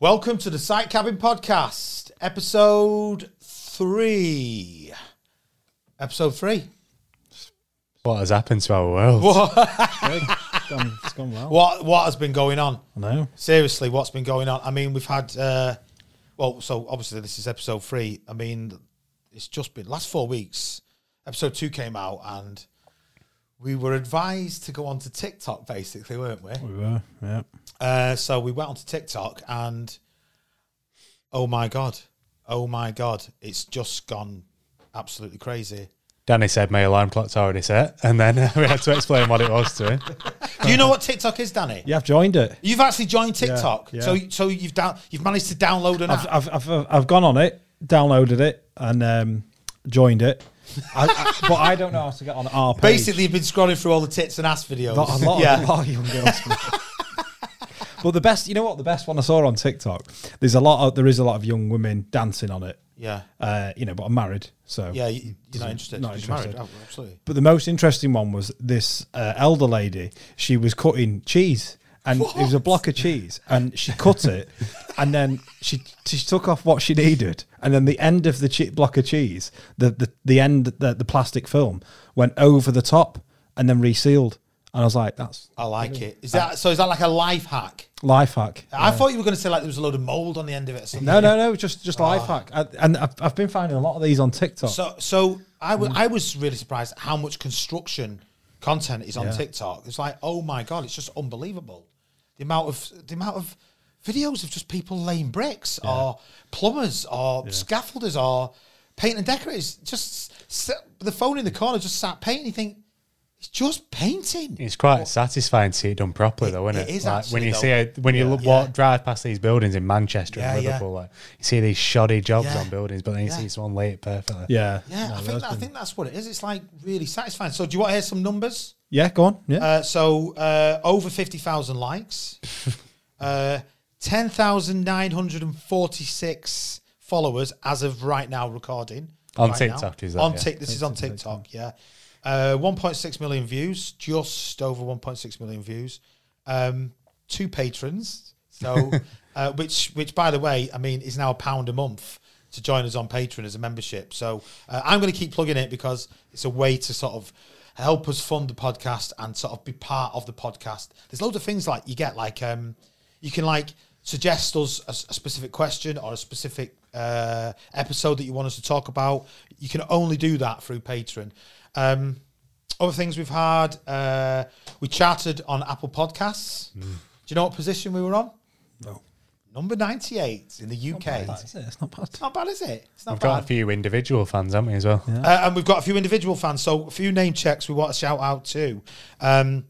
Welcome to the Site Cabin Podcast, episode three. Episode three. What has happened to our world? it's, gone, it's gone well. What what has been going on? I know. Seriously, what's been going on? I mean, we've had uh, well, so obviously this is episode three. I mean, it's just been last four weeks. Episode two came out, and we were advised to go onto TikTok, basically, weren't we? We were, yeah. Uh, so we went onto TikTok, and oh my god, oh my god, it's just gone absolutely crazy. Danny said my alarm clock's already set, and then uh, we had to explain what it was to him. Do you know what TikTok is, Danny? You have joined it. You've actually joined TikTok, yeah. so so you've down, you've managed to download an app. I've, I've, I've, I've gone on it, downloaded it, and um, joined it. I, I, but I don't know how to get on our page. Basically, you've been scrolling through all the tits and ass videos. Not a lot, yeah, of, a lot of young girls. but the best, you know what? The best one I saw on TikTok. There's a lot. Of, there is a lot of young women dancing on it. yeah, Uh, you know, but I'm married, so yeah. you- You're not interested. Not You're married, interested. oh, absolutely. But the most interesting one was this uh, elder lady. She was cutting cheese, and it was a block of cheese, and she cut it, and then she she took off what she needed, and then the end of the che- block of cheese, the the the end the, the plastic film went over the top and then resealed. And I was like, that's I like it. Is that so? Is that like a life hack? life hack. I thought you were going to say like there was a load of mold on the end of it. Or something. No, no, no, just just life hack. I, and I've, I've been finding a lot of these on TikTok. So, so I wa- I was really surprised how much construction content is on TikTok. It's like, oh my god, it's just unbelievable. The amount of the amount of videos of just people laying bricks or plumbers or scaffolders or paint and decorators. Just s- the phone in the corner, just sat painting. You think it's just painting. It's quite satisfying to see it done properly, though, isn't it it? is like, actually, when you though. see it, when you look, Yeah. walk drive past these buildings in Manchester Yeah, and yeah. Liverpool, like you see these shoddy jobs Yeah. on buildings, but then you Yeah. see someone lay it perfectly. yeah, Yeah, No, I think those that, I been- think that's what it is. It's like really satisfying. So, do you want to hear some numbers? yeah. Go on, yeah. Uh, so uh, over fifty thousand likes, uh, ten thousand nine hundred and forty-six followers as of right now recording On Right TikTok, is that, on yeah? Tik- This is on TikTok, yeah. Uh, one point six million views, just over one point six million views. Um, two patrons, so uh, which which by the way, I mean is now a pound a month. To join us on Patreon as a membership, so uh, I'm going to keep plugging it because it's a way to sort of help us fund the podcast and sort of be part of the podcast. There's loads of things like you get like um, you can like suggest us a, s- a specific question or a specific uh, episode that you want us to talk about. You can only do that through Patreon. Um, other things we've had, uh, we charted on Apple Podcasts. Do you know what position we were on? No. Number 98 in the UK. That's it. It's not bad. Not bad, is it? It's not I've bad. got a few individual fans, haven't we, as well? Uh, and we've got a few individual fans, so a few name checks we want to shout out to. Um,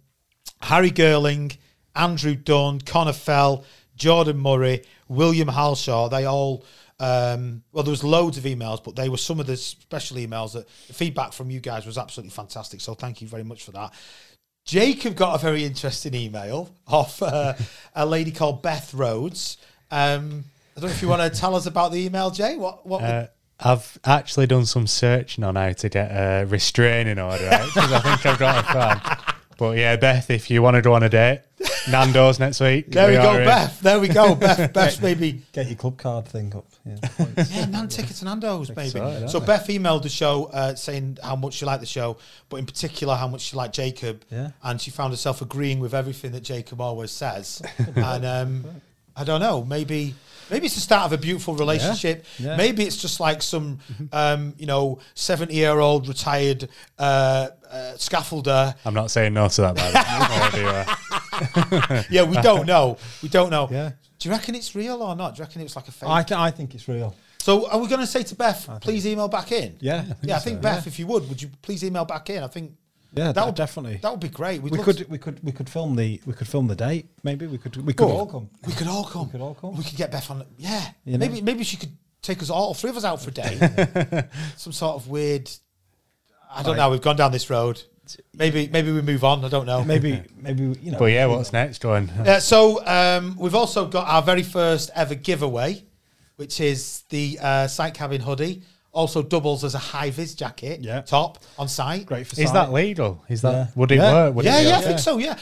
Harry Girling, Andrew Dunn, Connor Fell, Jordan Murray, William Halshaw. They all, um, well, there was loads of emails, but they were some of the special emails that the feedback from you guys was absolutely fantastic. So thank you very much for that. Jacob got a very interesting email off uh, a lady called Beth Rhodes. Um, I don't know if you want to tell us about the email, Jay. What? What? Uh, I've actually done some searching on how to get a restraining order out because I think I've got a fan. But yeah, Beth, if you want to go on a date, Nando's next week. There we, go, are in. Beth. There we go, Beth. Beth's maybe Get your club card thing up. Yeah. yeah, non tickets and Nando's, baby. so, So, Beth emailed the show uh, saying how much she liked the show, but in particular how much she liked Jacob. Yeah. And she found herself agreeing with everything that Jacob always says. and um, I don't know, maybe maybe it's the start of a beautiful relationship. Yeah. Maybe it's just like some um, you know, seventy year old retired uh, uh, scaffolder I'm not saying no to that, by the way. Or do I? yeah, we don't know. We don't know. Yeah. Do you reckon it's real or not? Do you reckon it was like a fake? I, th- I think it's real. So are we going to say to Beth, please email back in? Yeah, I think yeah. I so, think yeah. Beth, if you would, would you please email back in? I think Yeah, that that would definitely. that would be great. We'd we love could to- we could we could film the we could film the date. Maybe we could we could all come. we could all come. We could all come. We could get Beth on. Yeah, You know? maybe maybe she could take us all, all three of us out for a day. Some sort of weird. I don't know. We've gone down this road. Maybe maybe we move on. I don't know. Maybe maybe you know. But yeah, what's next, going? Uh, so um, we've also got our very first ever giveaway, which is the uh, site cabin hoodie. Also doubles as a high vis jacket Yeah. top on site. great for Is sight. that legal? Is that Yeah. would it Yeah. work? Would it yeah, be yeah, I okay? think so. Yeah.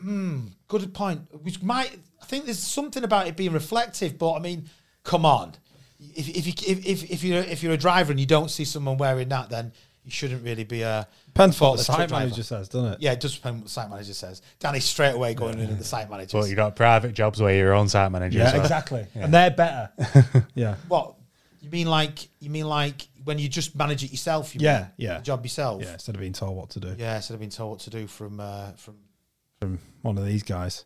Hmm, good point. Which might I I think there's something about it being reflective, but I mean, come on. If, if you if, if, if you're if you're a driver and you don't see someone wearing that, then you shouldn't really be uh, a Depends what the faultless truck site driver. manager says, doesn't it? Yeah, it does depend what the site manager says. Danny's straight away going in at the site manager. But you got private jobs where you're your own site manager. Yeah, so- exactly. And they're better. yeah. What you mean? Like you mean like when you just manage it yourself? You Yeah, mean, yeah. the job yourself. Yeah, instead of being told what to do yeah. So they've been told what to do from uh, from. from one of these guys.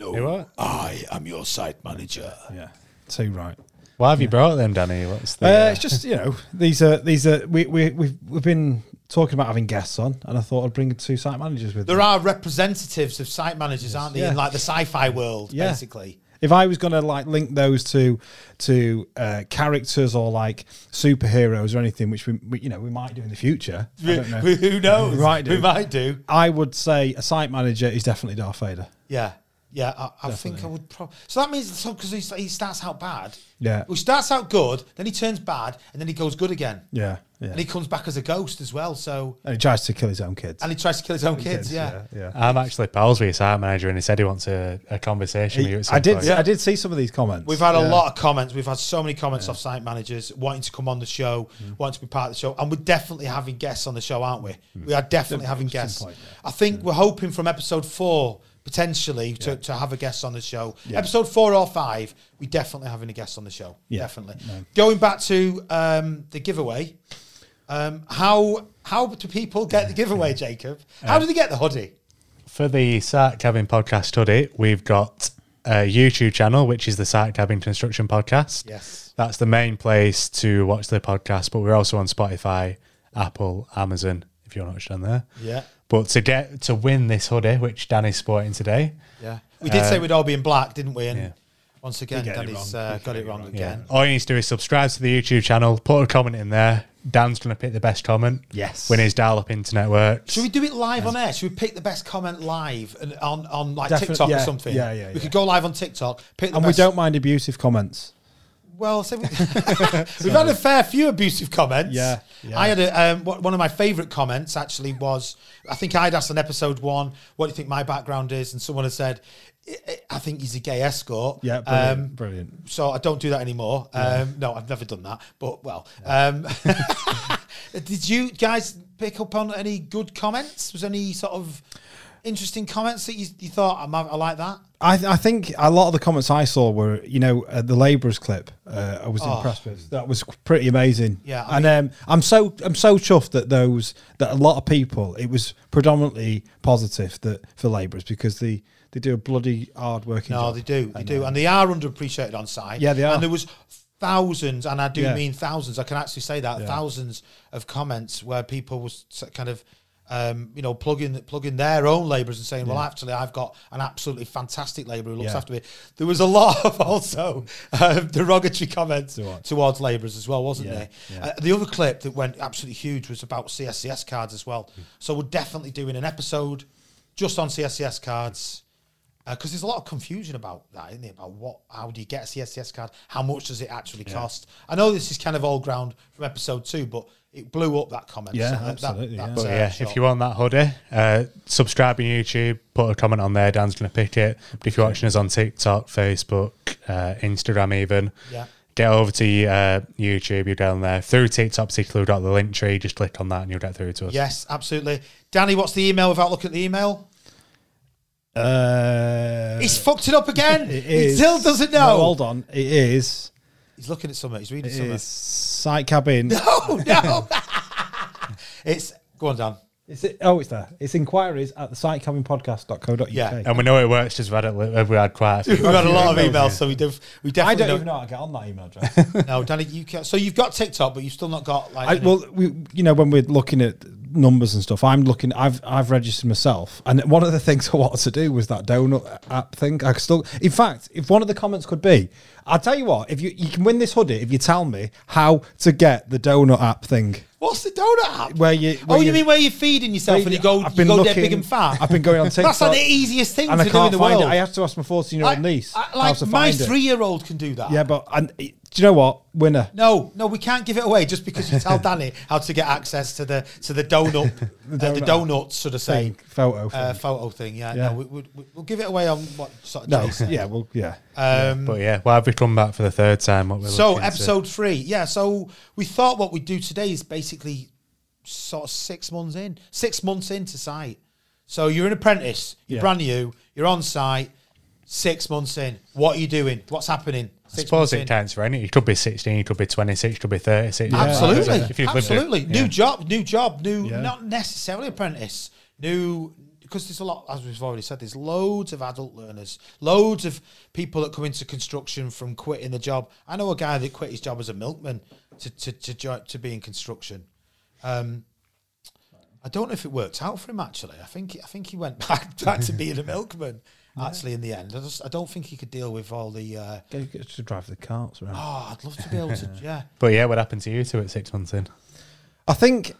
No, Hey, what? I am your site manager. Yeah. Too right. Why have you brought them, Danny? What's the? Uh, uh, it's just you know these are these are we we we've we've been talking about having guests on, and I thought I'd bring two site managers with. There me. are representatives of site managers, aren't there, Yeah. in like the sci-fi world, Yeah. basically. If I was going to like link those to to uh, characters or like superheroes or anything, which we, we you know we might do in the future, I don't know. Who knows? We might do. We might do. I would say a site manager is definitely Darth Vader. Yeah. Yeah, I, I think I would probably. So that means so because he, he starts out bad. Yeah. Well, he starts out good, then he turns bad, and then he goes good again, Yeah, yeah. and he comes back as a ghost as well. So And he tries to kill his own kids. and he tries to kill his own kids. yeah. yeah. I'm actually pals with your site manager, and he said he wants a, a conversation with you. At some I did. Point. I did see some of these comments. We've had a lot of comments. We've had so many comments off site managers wanting to come on the show, Mm. wanting to be part of the show, and we're definitely having guests on the show, aren't we? We are definitely having guests. Mm. point, I think we're hoping from episode four potentially to, to have a guest on the show. Yeah. Episode four or five, we definitely having a guest on the show. Yeah. Definitely. Going back to um, the giveaway, um, how how do people get the giveaway, Jacob? How do they get the hoodie? For the Site Cabin podcast hoodie, we've got a YouTube channel, which is the Site Cabin Construction Podcast. Yes. That's the main place to watch the podcast, but we're also on Spotify, Apple, Amazon, if you're not on there. Yeah. But to get to win this hoodie, which Danny's sporting today, Yeah. We did Um, say we'd all be in black, didn't we? And yeah. once again, get it Danny's wrong. uh, got it wrong yeah. again. all you need to do is subscribe to the YouTube channel, put a comment in there. Dan's going to pick the best comment. Yes. When his dial up internet works. Should we do it live on air? Should we pick the best comment live and on, on like Definite- TikTok or yeah, something? yeah, yeah, We yeah. could go live on TikTok. Pick the and we best- don't mind abusive comments. Well, so we, we've had a fair few abusive comments. Yeah, yeah. I had a, um, wha- one of my favourite comments actually was I think I'd asked on episode one, "What do you think my background is?" And someone had said, "I- I- "I think he's a gay escort." Yeah, brilliant, Um, brilliant. so I don't do that anymore. Um, no, I've never done that. But well, um, did you guys pick up on any good comments? Was any sort of interesting comments that you, you thought I, might, I like that? I, th- I think a lot of the comments I saw were, you know, uh, the labourers clip. Uh, I was impressed with. That was pretty amazing. Oh. Yeah, I and um, I'm so I'm so chuffed that those that a lot of people. It was predominantly positive that for labourers because they they do a bloody hard working No, job. they do, they do, and they are underappreciated on site. Yeah, they are. And there was thousands, and I do Yeah. mean thousands. I can actually say that thousands of comments where people was s- kind of. Um, you know, plugging plugging their own labourers and saying, "Well, actually, I've got an absolutely fantastic labourer who looks Yeah. after me." There was a lot of also um, derogatory comments Towards. towards labourers as well, wasn't Yeah, there? yeah. Uh, the other clip that went absolutely huge was about CSCS cards as well. Hmm. So we're definitely doing an episode just on CSCS cards because Uh, there's a lot of confusion about that, isn't there? About what, how do you get a CSCS card? How much does it actually cost? I know this is kind of old ground from episode two, but it blew up that comment. so Yeah, that- that- absolutely, yeah. that's, But uh, yeah, shot. if you want that hoodie, uh, subscribe on YouTube, put a comment on there. Dan's going to pick it. But if you're watching us on TikTok, Facebook, uh, Instagram, even, Yeah. get over to uh, YouTube. You're down there through TikTok, particularly. We've got the link tree. Just click on that, and you'll get through to us. yes, absolutely. Danny, what's the email without looking at the email? Uh, He's fucked it up again. it he is- still doesn't No, know. hold on. It is. He's looking at something. He's reading It something. is site cabin. Oh no! it's go on, Dan. Is it, oh, it's there. It's inquiries at the site cabin podcast.co.uk. Yeah. And we know it works because we've had, it, we've had quite a few. We've had a lot of emails, so we def- we I definitely don't even know how to get on that email address. No, Danny, you can So you've got TikTok, but you've still not got like. I, any- well, we, you know, when we're looking at numbers and stuff, I'm looking. I've I've registered myself, and one of the things I wanted to do was that donut app thing. I could still, in fact, if one of the comments could be, I'll tell you what, if you you can win this hoodie if you tell me how to get the donut app thing. what's the donut app? Where you- oh, where you, you- mean where you're feeding yourself and you go, you go dead big and fat? I've been going on TikTok. That's like the easiest thing and to I can't do in the find world. it. I have to ask my fourteen-year-old niece I- how like to my find it. three-year-old can do that. Yeah, but and it- Do you know what? Winner. No, no, we can't give it away just because you tell Danny how to get access to the to the donut, uh, the donut. donut sort of Thing, thing, photo uh, thing. photo thing. Yeah, Yeah. no, we, we, we'll give it away on what sort of No, Jason. yeah, well, yeah. Um, But yeah, why have we come back for the third time? What we're so looking to- episode three, yeah. So we thought what we'd do today is basically sort of six months in, six months into site. So you're an apprentice, you're Yeah. brand new, you're on site, six months in. What are you doing? What's happening? I Six suppose months it in. counts for any. It could be 16, it could be 26, it could be 36. Absolutely, If you've lived it. absolutely. New Yeah. job, new job, new Yeah. not necessarily apprentice, new because there's a lot as we've already said. There's loads of adult learners, loads of people that come into construction from quitting the job. I know a guy that quit his job as a milkman to to to, jo- to be in construction. Um, I don't know if it worked out for him actually. I think I think he went back, back to being a milkman actually in the end. I just I don't think he could deal with all the. Uh, Go get to drive the carts around. oh, I'd love to be able to. Yeah. But yeah, what happened to you two at six months in? I think,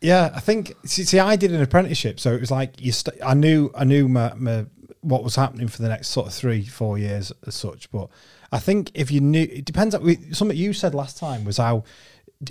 yeah, I think. See, see, I did an apprenticeship, so it was like you. St- I knew, I knew my, my what was happening for the next sort of three, four years as such. But I think if you knew, it depends. On, we- something you said last time was how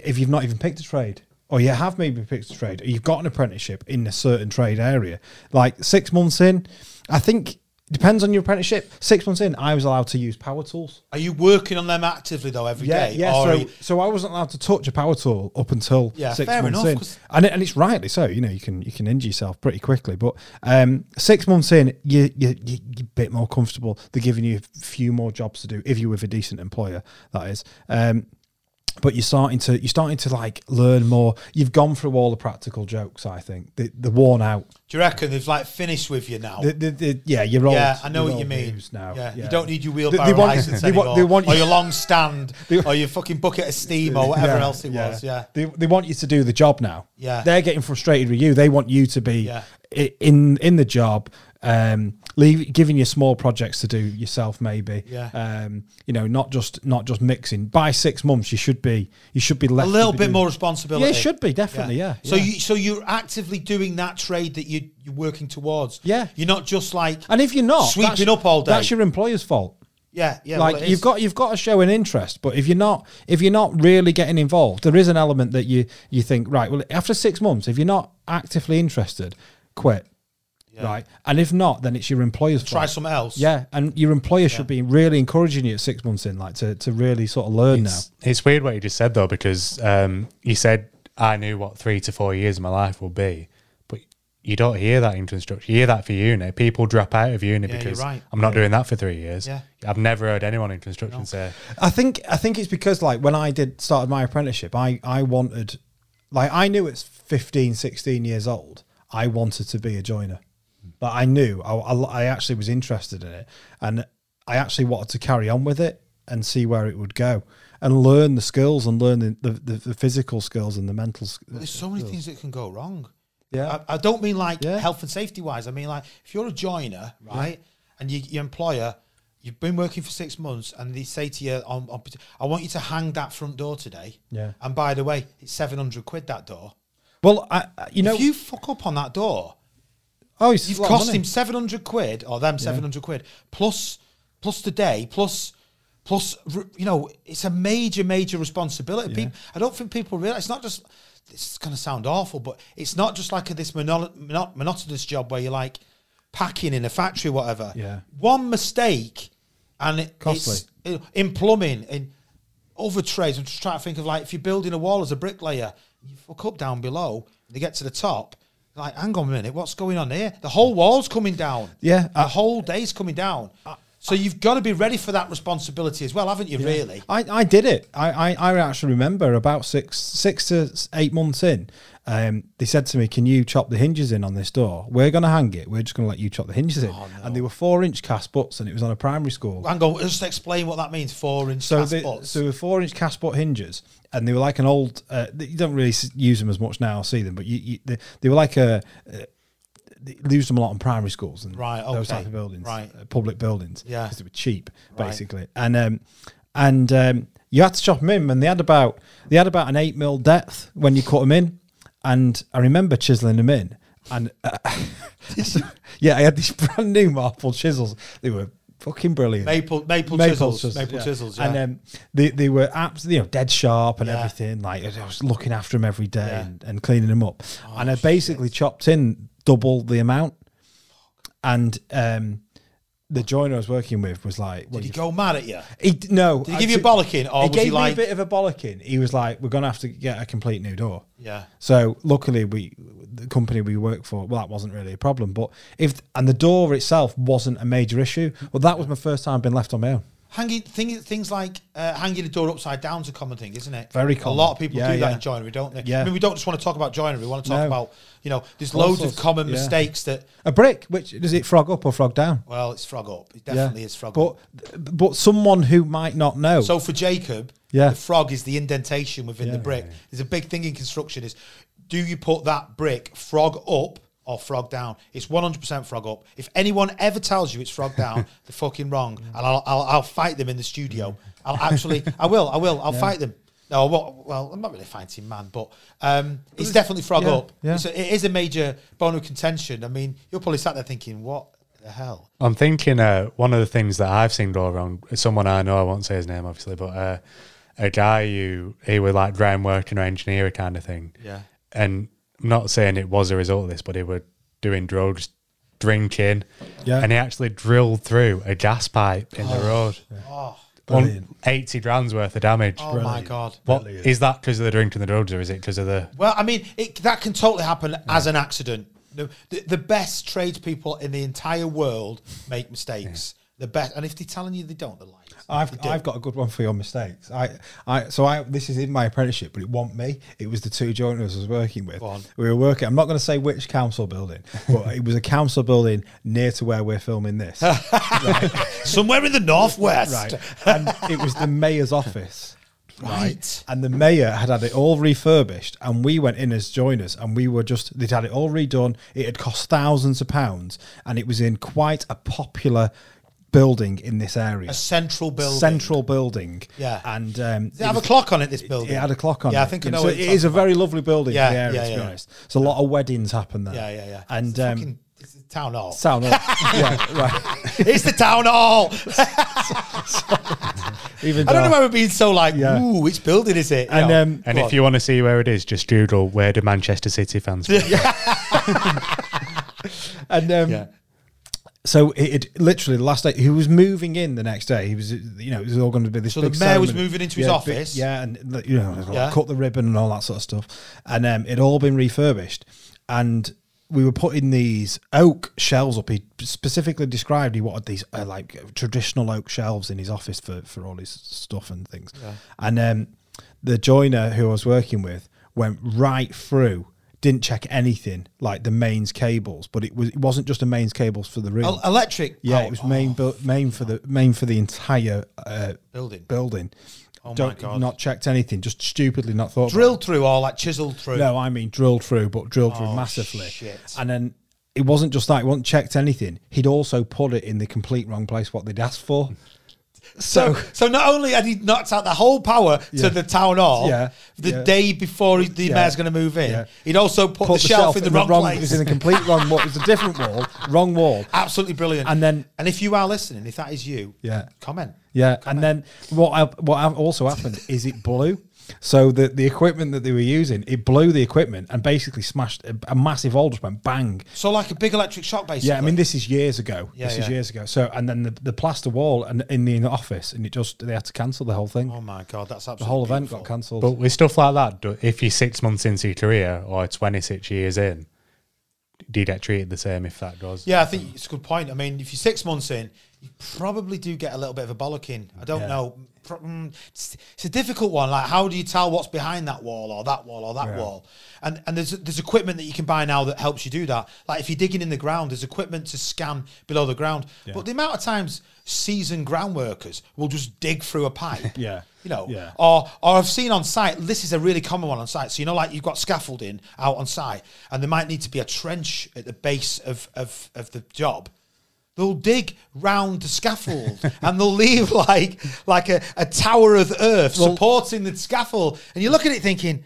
if you've not even picked a trade. Or you have maybe picked a trade, or you've got an apprenticeship in a certain trade area. Like six months in, I think depends on your apprenticeship. Six months in, I was allowed to use power tools. Are you working on them actively though every day? Yeah, yeah. Or are So, you- so I wasn't allowed to touch a power tool up until Yeah, six fair months enough, in, 'cause- and it, and it's rightly so. You know, you can you can injure yourself pretty quickly, but um, six months in, you you you you're a bit more comfortable. They're giving you a few more jobs to do if you're with a decent employer. That is. Um, but you're starting to you're starting to like learn more. You've gone through all the practical jokes. I think the the worn out. do you reckon they've like finished with you now? The, the, the, yeah, you're old. Oh. yeah, I know you're what you old mean. news Now, Yeah. you don't need your wheelbarrow They- they want- license they anymore, want- they want or you- your long stand, They- or your fucking bucket of steam, or whatever Yeah, else it was. Yeah, They, they want you to do the job now. Yeah. They're getting frustrated with you. They want you to be Yeah. i- in in the job, um, leave, giving you small projects to do yourself, maybe. Yeah. Um, you know, not just not just mixing. By six months, you should be you should be a left to little be bit doing- more responsibility. Yeah, it should be definitely. Yeah. So yeah. you so you're actively doing that trade that you you're working towards. Yeah. You're not just like and if you're not sweeping that's- up all day. that's your employer's fault. yeah yeah like well, it you've is. got you've got to show an interest but if you're not if you're not really getting involved there is an element that you you think right well after six months if you're not actively interested quit right and if not then it's your employer's try fault. something else. yeah and your employer should be really encouraging you at six months in like to, to really sort of learn now It's weird what you just said though, because um, you said I knew what three to four years of my life will be, but you don't hear that in construction. You hear that for uni. People drop out of uni Yeah, you're because right. I'm not doing that for three years. Yeah. I've never heard anyone in construction say I think I think it's because like when I did started my apprenticeship, I I wanted like I knew it's 15, 16 years old. I wanted to be a joiner, but I knew I, I, I actually was interested in it, and I actually wanted to carry on with it and see where it would go, and learn the skills and learn the the, the, the physical skills and the mental. sk- There's so many things that can go wrong. Yeah. I, I don't mean like Yeah. health and safety wise. I mean like if you're a joiner, right, and you, your employer, you've been working for six months, and they say to you, on, on, "I want you to hang that front door today." Yeah. And by the way, it's seven hundred quid that door. Well, I I- you know if you fuck up on that door, oh it's a you've lot of cost money. him seven hundred quid or them seven hundred quid plus plus the day plus. Plus, r- you know, it's a major, major responsibility. People, I don't think people realize. It's not just. This is going to sound awful, but it's not just like a, this mono, mono, monotonous job where you're like packing in a factory, whatever. Yeah. One mistake, and it, Costly. it's in- in plumbing in other trades. I'm just trying to think of like if you're building a wall as a bricklayer, you fuck up down below. They get to the top, like hang on a minute, what's going on here? The whole wall's coming down. Yeah, the whole day's coming down. so you've got to be ready for that responsibility as well, haven't you? Really? I, I did it. I, I, I actually remember about six six to eight months in, um, they said to me, "Can you chop the hinges in on this door? We're going to hang it. We're just going to let you chop the hinges in." And they were four inch cast butts, and it was on a primary school. Hang on, just explain what that means. Four inch So so they, so were four inch cast butt hinges, and they were like an old. Uh, you don't really s- use them as much now. See them, but you, you they, they were like a. Uh, they used them a lot in primary schools and Right, those okay, type of buildings, right. uh, public buildings, Yeah. because they were cheap Right. basically, and um, and um, you had to chop them in, and they had about they had about an eight mil depth when you cut them in, and I remember chiseling them in, and uh, yeah, I had these brand new marble chisels. They were fucking brilliant. Maple maple, Maple chisels, chisels, maple yeah. chisels. And yeah. um, they they were absolutely you know dead sharp and Yeah. everything. Like I was looking after them every day Yeah. Oh, and, and cleaning them up. and I basically chopped in double the amount. And um, the joiner I was working with was like, well, Did he you- go mad at you? he d- no. Did he give you a bollocking, or He was gave he me like, a bit of a bollocking. He was like, "We're gonna have to get a complete new door." yeah, So luckily, we the company we work for, well, that wasn't really a problem. But if and the door itself wasn't a major issue. Well, that was my first time being left on my own. hanging thing, things like uh, hanging the door upside down is a common thing, isn't it? Very A common. lot of people Yeah, do that yeah. in joinery, don't they? Yeah. I mean, we don't just want to talk about joinery. We want to talk No. about you know, there's All loads sorts, of common yeah. mistakes that. A brick, which does it frog up or frog down? Well, it's frog up. It definitely is frog up. But but someone who might not know. So for Jacob, Yeah. the frog is the indentation within the Yeah. brick. There's a big thing in construction is do you put that brick frog up or frog down? It's 100% frog up. If anyone ever tells you it's frog down, they're fucking wrong. And I'll, I'll, I'll fight them in the studio. I'll actually, I will, I will, I'll fight them. No, I won't- well, I'm not really a fighting man, but um, it's definitely frog yeah, up. yeah. It's a, it is a major bone of contention. I mean, you're probably sat there thinking, what the hell? I'm thinking uh, one of the things that I've seen go wrong. Someone I know, I won't say his name obviously, but uh, a guy who he was like ground working or engineer kind of thing. Yeah. And I'm not saying it was a result of this, but he were doing drugs, drinking, Yeah. and he actually drilled through a gas pipe in the road. Oh, On Brilliant. 80 grand's worth of damage. oh my God. What is that because of the drinking the drugs or is it because of the Well, I mean, it, that can totally happen as an accident. The, the, the best tradespeople in the entire world make mistakes. The best, and if they're telling you they don't, they're lying. I've They do. I've got a good one for your mistakes. I, I so I this is in my apprenticeship, but it wasn't me. It was the two joiners I was working with. Go on. We were working. I'm not going to say which council building, but it was a council building near to where we're filming this. somewhere in the northwest. right, and it was the mayor's office. Right. and the mayor had had it all refurbished and we went in as joiners and we were just they'd had it all redone it had cost thousands of pounds and it was in quite a popular building in this area a central building. central building Yeah. and um Does it have a clock on it? This building. it had a clock on Yeah, it. I think I know. So what it you're is a talking very lovely building Yeah, for the area, yeah, to be yeah. honest. There's a lot of weddings happen there. about. Yeah, yeah, yeah. it's And the um, fucking- it's the town hall. sound off. yeah, right. it's the town hall. Even I don't know though- why we're being so like, Yeah. ooh, which building is it? You And, know? um, and Go if on. you want to see where it is just google where do manchester city fans play? and um, Yeah. so it, it literally the last day he was moving in the next day he was you know it was all going to be this So the big mayor was ceremony. moving into his Yeah, office? big- yeah and like, you know like, Yeah. cut the ribbon and all that sort of stuff and um, it all been refurbished and we were putting these oak shelves up he specifically described he wanted these uh, like traditional oak shelves in his office for for all his stuff and things and um the joiner who I was working with went right through didn't check anything like the mains cables but it was it wasn't just the mains cables for the room El- electric. yeah, power- it was main bu- main for the main for the entire uh, Building. building. Oh my Don't- God. Not checked anything. Just stupidly not thought. about drilled through or like chiseled it. through. No, I mean drilled through, but drilled through Oh, massively. shit. And then it wasn't just that. He wasn't checked anything. He'd also put it in the complete wrong place. What they'd asked for. So, so not only had he knocked out the whole power to the town hall Yeah. the Yeah. day before he, the Yeah. mayor's going to move in, Yeah. he'd also put, the, shelf, in the, wrong, It was place. in the complete wrong wall. It was a different wall. Wrong wall. Absolutely brilliant. And then- and if you are listening, if that is you, Yeah. comment. Yeah, and then what I, what I- also happened is it blew. So the the equipment that they were using, it blew the equipment and basically smashed a, a massive hole just went bang. So like a big electric shock, basically. Yeah, I mean this is years ago. Yeah, this is yeah. years ago. So and then the, the plaster wall and in the, in the office, and it just they had to cancel the whole thing. oh my god, that's absolutely the whole event got beautiful. cancelled. but with stuff like that do- if you're six months into your career or 26 years in do you get treated the same if that goes Yeah, I think it's a good point. I mean, if you're six months in, you probably do get a little bit of a bollocking. I don't Yeah. know. Pro- mm, It's, it's a difficult one. Like, how do you tell what's behind that wall or that wall or that Yeah. wall? And and there's there's equipment that you can buy now that helps you do that. Like if you're digging in the ground, there's equipment to scan below the ground. But the amount of times seasoned ground workers will just dig through a pipe. Yeah. You know, Yeah. or or I've seen on site. This is a really common one on site. So you know, like you've got scaffolding out on site, and there might need to be a trench at the base of of, of the job. They'll dig round the scaffold and they'll leave like like a, a tower of earth supporting the scaffold, and you look at it thinking,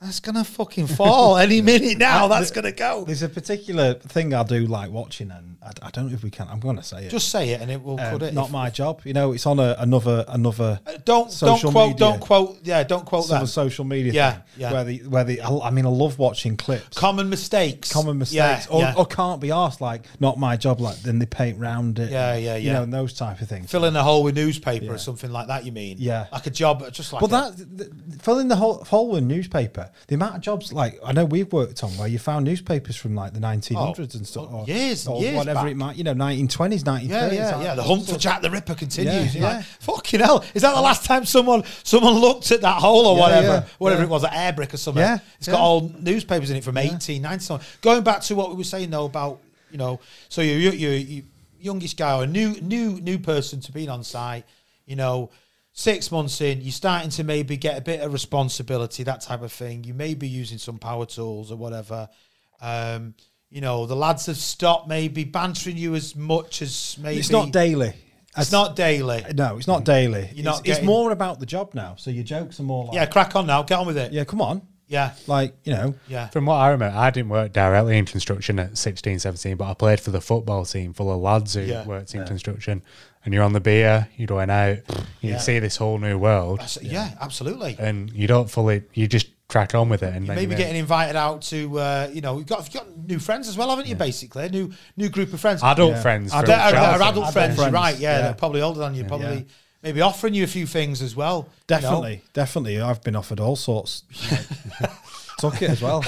That's gonna fucking fall any minute Uh, now. That's gonna go. There's a particular thing I do like watching, and I, I don't know if we can. I'm going to say it. Just say it, and it will Um, cut it. not If- my job. You know, it's on a, another another Uh, Don't don't Social quote. media. Don't quote. Yeah, don't quote sort of that. social media. Yeah, thing yeah. Where the where the I, I mean, I love watching clips. Common mistakes. Common Yeah, mistakes, or, yeah. or can't be asked. Like, not my job. Like, then they paint round it. Yeah, yeah, You yeah. know, and those type of things. Fill in a hole with newspaper Yeah. or something like that. You mean? Yeah. like a job, just like. Well, a- that th- th- filling the whole whole newspaper, the amount of jobs like I know we've worked on where you found newspapers from like the 1900s and stuff, oh, or, years and or years whatever back. it might, you know, 1920s, 1930s. Yeah, yeah, like- yeah. The hunt for Jack the Ripper continues. Yeah, You're yeah. Like, Fucking hell! Is that the last time someone someone looked at that hole or Yeah, whatever, yeah, whatever yeah. it was, at Airbrick or something? Yeah, it's got yeah. all newspapers in it from 1890. something. Going back to what we were saying though about you know, so you're you you you youngest guy or a new new new person to being on site, you know. Six months in, you're starting to maybe get a bit of responsibility, that type of thing. You may be using some power tools or whatever. Um, you know, the lads have stopped maybe bantering you as much as maybe It's not daily. it's not daily. No, it's not daily. You're not it's, it's getting- more about the job now. So your jokes are more like, Yeah, crack on now. Get on with it. Yeah, yeah, come on, yeah, like you know, yeah. From what I remember, I didn't work directly in construction at 16, 17, but I played for the football team full of lads who Yeah. worked in construction. And you're on the beer, you're going out, you Yeah. see this whole new world, That's- yeah. absolutely. and you don't fully, you just crack on with it. And then Maybe you- getting invited out to uh, you know you've got you've got new friends as well, haven't you? Basically, a new new group of friends. adult Yeah. friends. They're- from they're- they're childhood. adult friends, you're friends, right? Yeah, yeah. they're probably older than you. Probably Yeah. maybe offering you a few things as well. you know? definitely, definitely. I've been offered all sorts. like, Took it as well.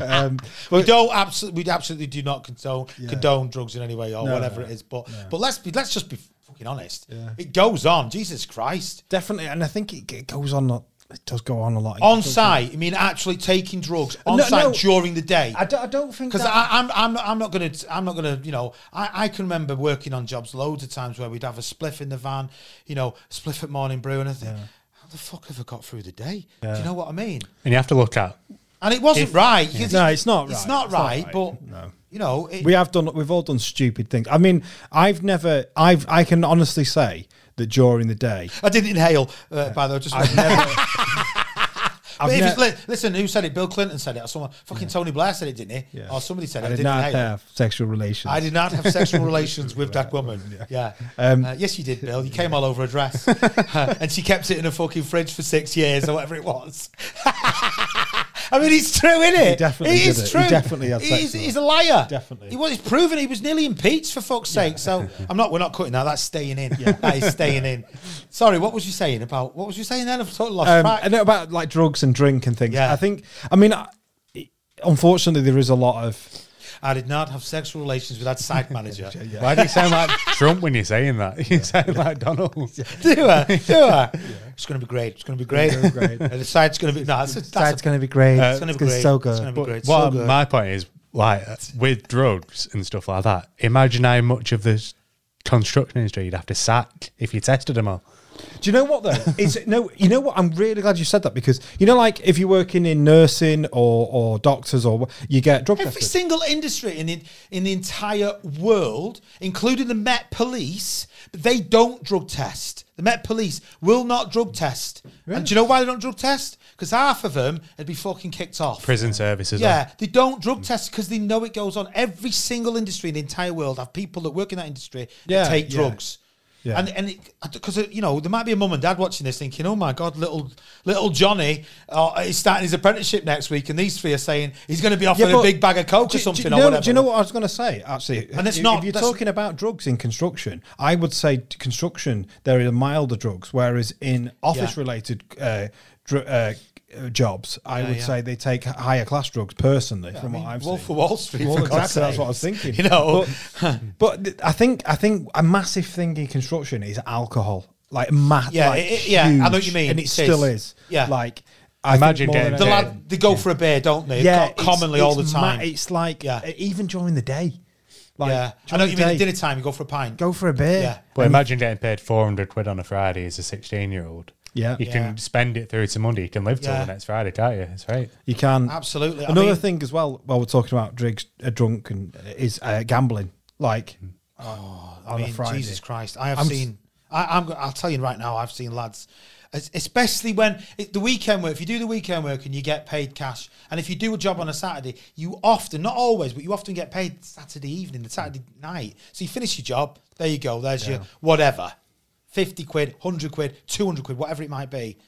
um, we don't absolutely we absolutely do not condone Yeah. condone drugs in any way or No, whatever no, it is. But no. but let's be let's just be fucking honest. Yeah. It goes on. Jesus Christ. definitely, and I think it, it goes on. a- It does go on a lot. On It does- site, you mean actually taking drugs on No, site no. during the day? I don't, I don't think Because that- I'm, I'm, I'm not going to, I'm not going to, you know, I, I can remember working on jobs loads of times where we'd have a spliff in the van, you know, spliff at morning brew, and I think, how the fuck have I got through the day? Do you know what I mean? And you have to look at And it wasn't right. 'cause No, it- it's not It's right. not It's not right, right. but you know, it, we have done we've all done stupid things i mean i've never i've i can honestly say that during the day I didn't inhale, uh, by the way. Just i've never But I've if ne- it's, li- listen, who said it? Bill Clinton said it, or someone. Fucking Tony Blair said it, didn't he? Yeah. Or Oh, somebody said I it. did didn't not inhale. have sexual relations I did not have sexual relations with that woman. Yeah. Um, Uh, yes, you did, Bill. You came all over her dress. Uh, and she kept it in a fucking fridge for six years or whatever it was. I mean, it's true, isn't it? He definitely it did is it. He true. definitely had sex he's, with he's a liar. Definitely. He was it's proven he was nearly impeached, for fuck's sake. So I'm not, we're not cutting that. That's staying in. That is staying in. Sorry, what was you saying about, what was you saying then? I've totally lost um, track. and about like drugs and drink and things Yeah. i think i mean I, unfortunately there is a lot of I did not have sexual relations with that site manager. why do you sound like Trump when you're saying that? You sound like Donald. Do I? Do I? It's going to be great. It's going to be great. It's gonna be great. And the site's going to be no. That's, a, that's a- Uh, going to be great it's gonna be great. It's gonna be But great. It's what so good. my point is, like with drugs and stuff like that, imagine how much of the construction industry you'd have to sack if you tested them all. Do you know what though? It's no. You know what? I'm really glad you said that because you know, like if you're working in nursing or or doctors or wh- you get drug Every tested. single industry in the, in the entire world, including the Met Police, they don't drug test. The Met Police will not drug test. And do you know why they don't drug test? Because half of them would be fucking kicked off. Prison services. Yeah, they don't drug Mm. test because they know it goes on. Every single industry in the entire world have people that work in that industry Yeah, that take yeah. drugs. Yeah. And and because uh, you know there might be a mum and dad watching this thinking, oh my god, little little Johnny uh, is starting his apprenticeship next week, and these three are saying he's going to be offered but a big bag of coke do- or do- something or Do, you know, whatever. do you know what I was going to say? Actually, And it's if, not- If you're that's- talking about drugs in construction, I would say t- construction there are milder drugs, whereas in office-related uh, dr- uh, uh, jobs, I would yeah. say they take h- higher class drugs. Personally, from what I've Oh, Wolf seen. of Wall Street. Well, for God's exactly. That's sake. what I was thinking. You know, but, but th- I think I think a massive thing in construction is alcohol, like ma- Yeah, like it- it- yeah, I know what huge, you mean. and It it is. still is. Yeah. like I Imagine think more getting than the Yeah. lad they go for a beer, don't they? yeah, Co- it's- commonly all the it's ma- time. it's like uh, Yeah. even during the day. Like, yeah, I during know what you the mean. At day, dinner time, you go for a pint. Go for a beer. Yeah. But imagine getting paid 400 quid on a Friday as a 16 year old. Yeah. You Yeah. can spend it through to Monday. You can live till Yeah. the next Friday, can't you? That's right. You can Absolutely. I Another mean- thing as well, while we're talking about drinks, uh, drunk and is uh, gambling. Like on Hmm. I mean, a Friday. Jesus Christ, I have I'm s- seen. I, I'm. go- I'll tell you right now. I've seen lads, es- especially when it, the weekend work. If you do the weekend work and you get paid cash, and if you do a job on a Saturday, you often, not always, but you often get paid Saturday evening, the Saturday night. So you finish your job. There you go. There's your whatever, fifty quid, hundred quid, two hundred quid, whatever it might be.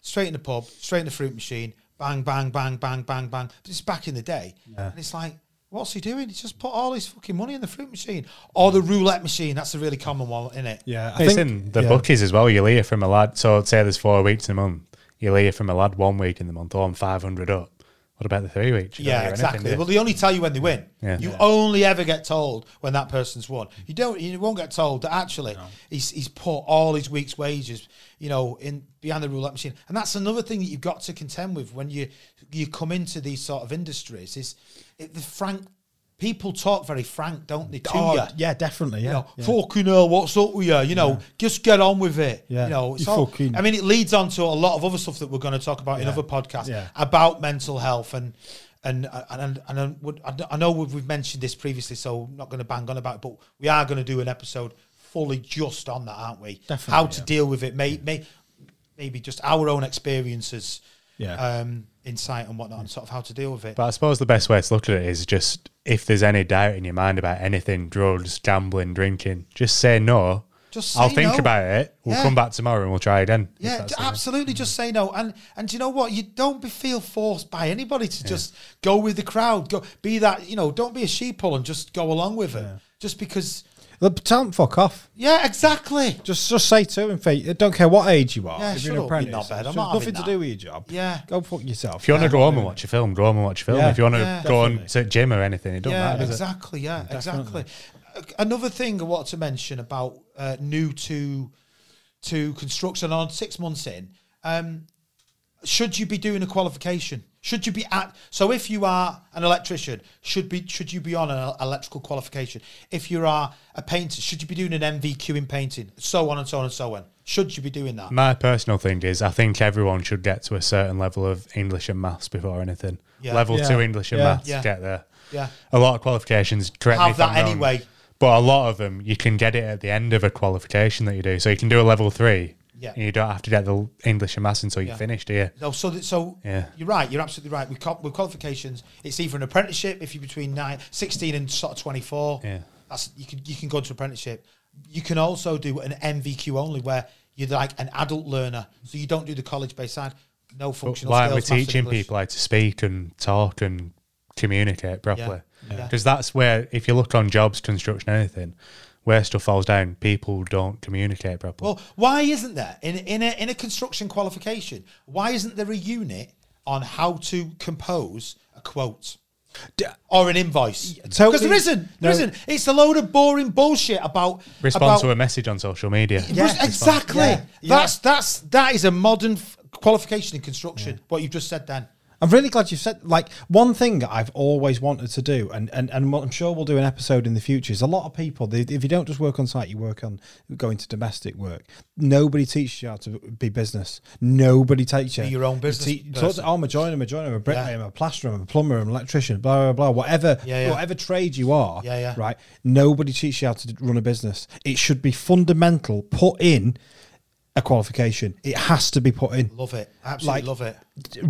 Straight in the pub, straight in the fruit machine. Bang, bang, bang, bang, bang, bang. But it's back in the day, and it's like. What's he doing? He's just put all his fucking money in the fruit machine or the roulette machine. That's a really common one, isn't it? Yeah, it's in the yeah. bookies as well. You'll hear from a lad. So say there's four weeks in a month. You'll hear from a lad one week in the month. Oh, I'm 500 up. What about the three weeks? You don't Yeah, hear anything, exactly. do you? well, they only tell you when they win. Yeah. You Yeah. only ever get told when that person's won. You don't. You won't get told that actually he's he's put all his week's wages, you know, in behind the roulette machine. And that's another thing that you've got to contend with when you you come into these sort of industries is it, the frank. People talk very frank, don't they? To Oh, you. yeah, definitely. You Yeah, know, yeah. fucking hell, what's up with you? You know, just get on with it. Yeah. You know, it's You all, fucking- I mean, it leads on to a lot of other stuff that we're going to talk about in Yeah. other podcasts Yeah. about mental health and. And and and, and would- I d- I know we've we've mentioned this previously, so I'm not going to bang on about it. But we are going to do an episode fully just on that, aren't we? Definitely, How to yeah. deal with it, may, may, maybe just our own experiences, Yeah. um, insight and whatnot, and sort of how to deal with it. But I suppose the best way to look at it is just if there's any doubt in your mind about anything, drugs, gambling, drinking, just say no. Just I'll say think no. about it. We'll Yeah. come back tomorrow and we'll try again. if Yeah, that's d- the- absolutely. Just say no, and and do you know what? You don't be feel forced by anybody to just go with the crowd. Go be that you know. Don't be a sheeple and just go along with it. Just because. Look, Tell them fuck off. Yeah, exactly. Just just say to him, "Fate, I don't care what age you are. Yeah, if shut you're up, an you apprentice, knobhead, I'm it's not having nothing to that. do with your job. Yeah. go fuck yourself. If you want Yeah. to go home and watch a film, go home and watch a film. Yeah. If you want to Yeah. go Definitely. on to a gym or anything, it doesn't yeah, matter. Does it? exactly. Yeah, exactly. A- Another thing I wanted to mention about uh, new to to construction on six months in. Um, should you be doing a qualification? Should you be at? So if you are an electrician, should be should you be on an electrical qualification? If you are a painter, should you be doing an MVQ in painting? So on and so on and so on. Should you be doing that? My personal thing is, I think everyone should get to a certain level of English and maths before anything. Yeah. Level Yeah. two English and Yeah. maths, Yeah. get there. Yeah. A lot of qualifications, correct me Have if I'm that wrong, anyway. But a lot of them, you can get it at the end of a qualification that you do. So you can do a level three, Yeah. and you don't have to get the English and maths until you Yeah. finish, do you? No, so that, so Yeah. you're right. You're absolutely right. With, qual- with qualifications, it's either an apprenticeship if you're between nine, 16 and sort of 24. Yeah. that's you can you can go to apprenticeship. You can also do an MVQ only where you're like an adult learner, so you don't do the college based side. No But functional why aren't we skills. maths, teaching English. people how to speak and talk and communicate properly? Yeah. Yeah. Because that's where, if you look on jobs, construction, anything, where stuff falls down, people don't communicate properly. Well, why isn't there in in a in a construction qualification? Why isn't there a unit on how to compose a quote? D- Or an invoice, because totally. there isn't. There No. not It's a load of boring bullshit about Respond about, to a message on social media. Yeah, exactly. Yeah, yeah. That's that's that is a modern f- qualification in construction. What you've just said, then. I'm really glad you said like one thing that I've always wanted to do, and and and what I'm sure we'll do an episode in the future is a lot of people. They, if you don't just work on site, you work on going to domestic work. Nobody teaches you how to be business. Nobody teaches you Be your own business You teach- person. talk to- oh, I'm a joiner, I'm a joiner, I'm a bricklayer, I'm a plasterer, I'm a plumber, I'm an electrician, blah blah blah. Whatever, Yeah, yeah. whatever trade you are, Yeah, yeah. right. Nobody teaches you how to run a business. It should be fundamental. Put in a qualification. It has to be put in Love it. Absolutely Like- love it.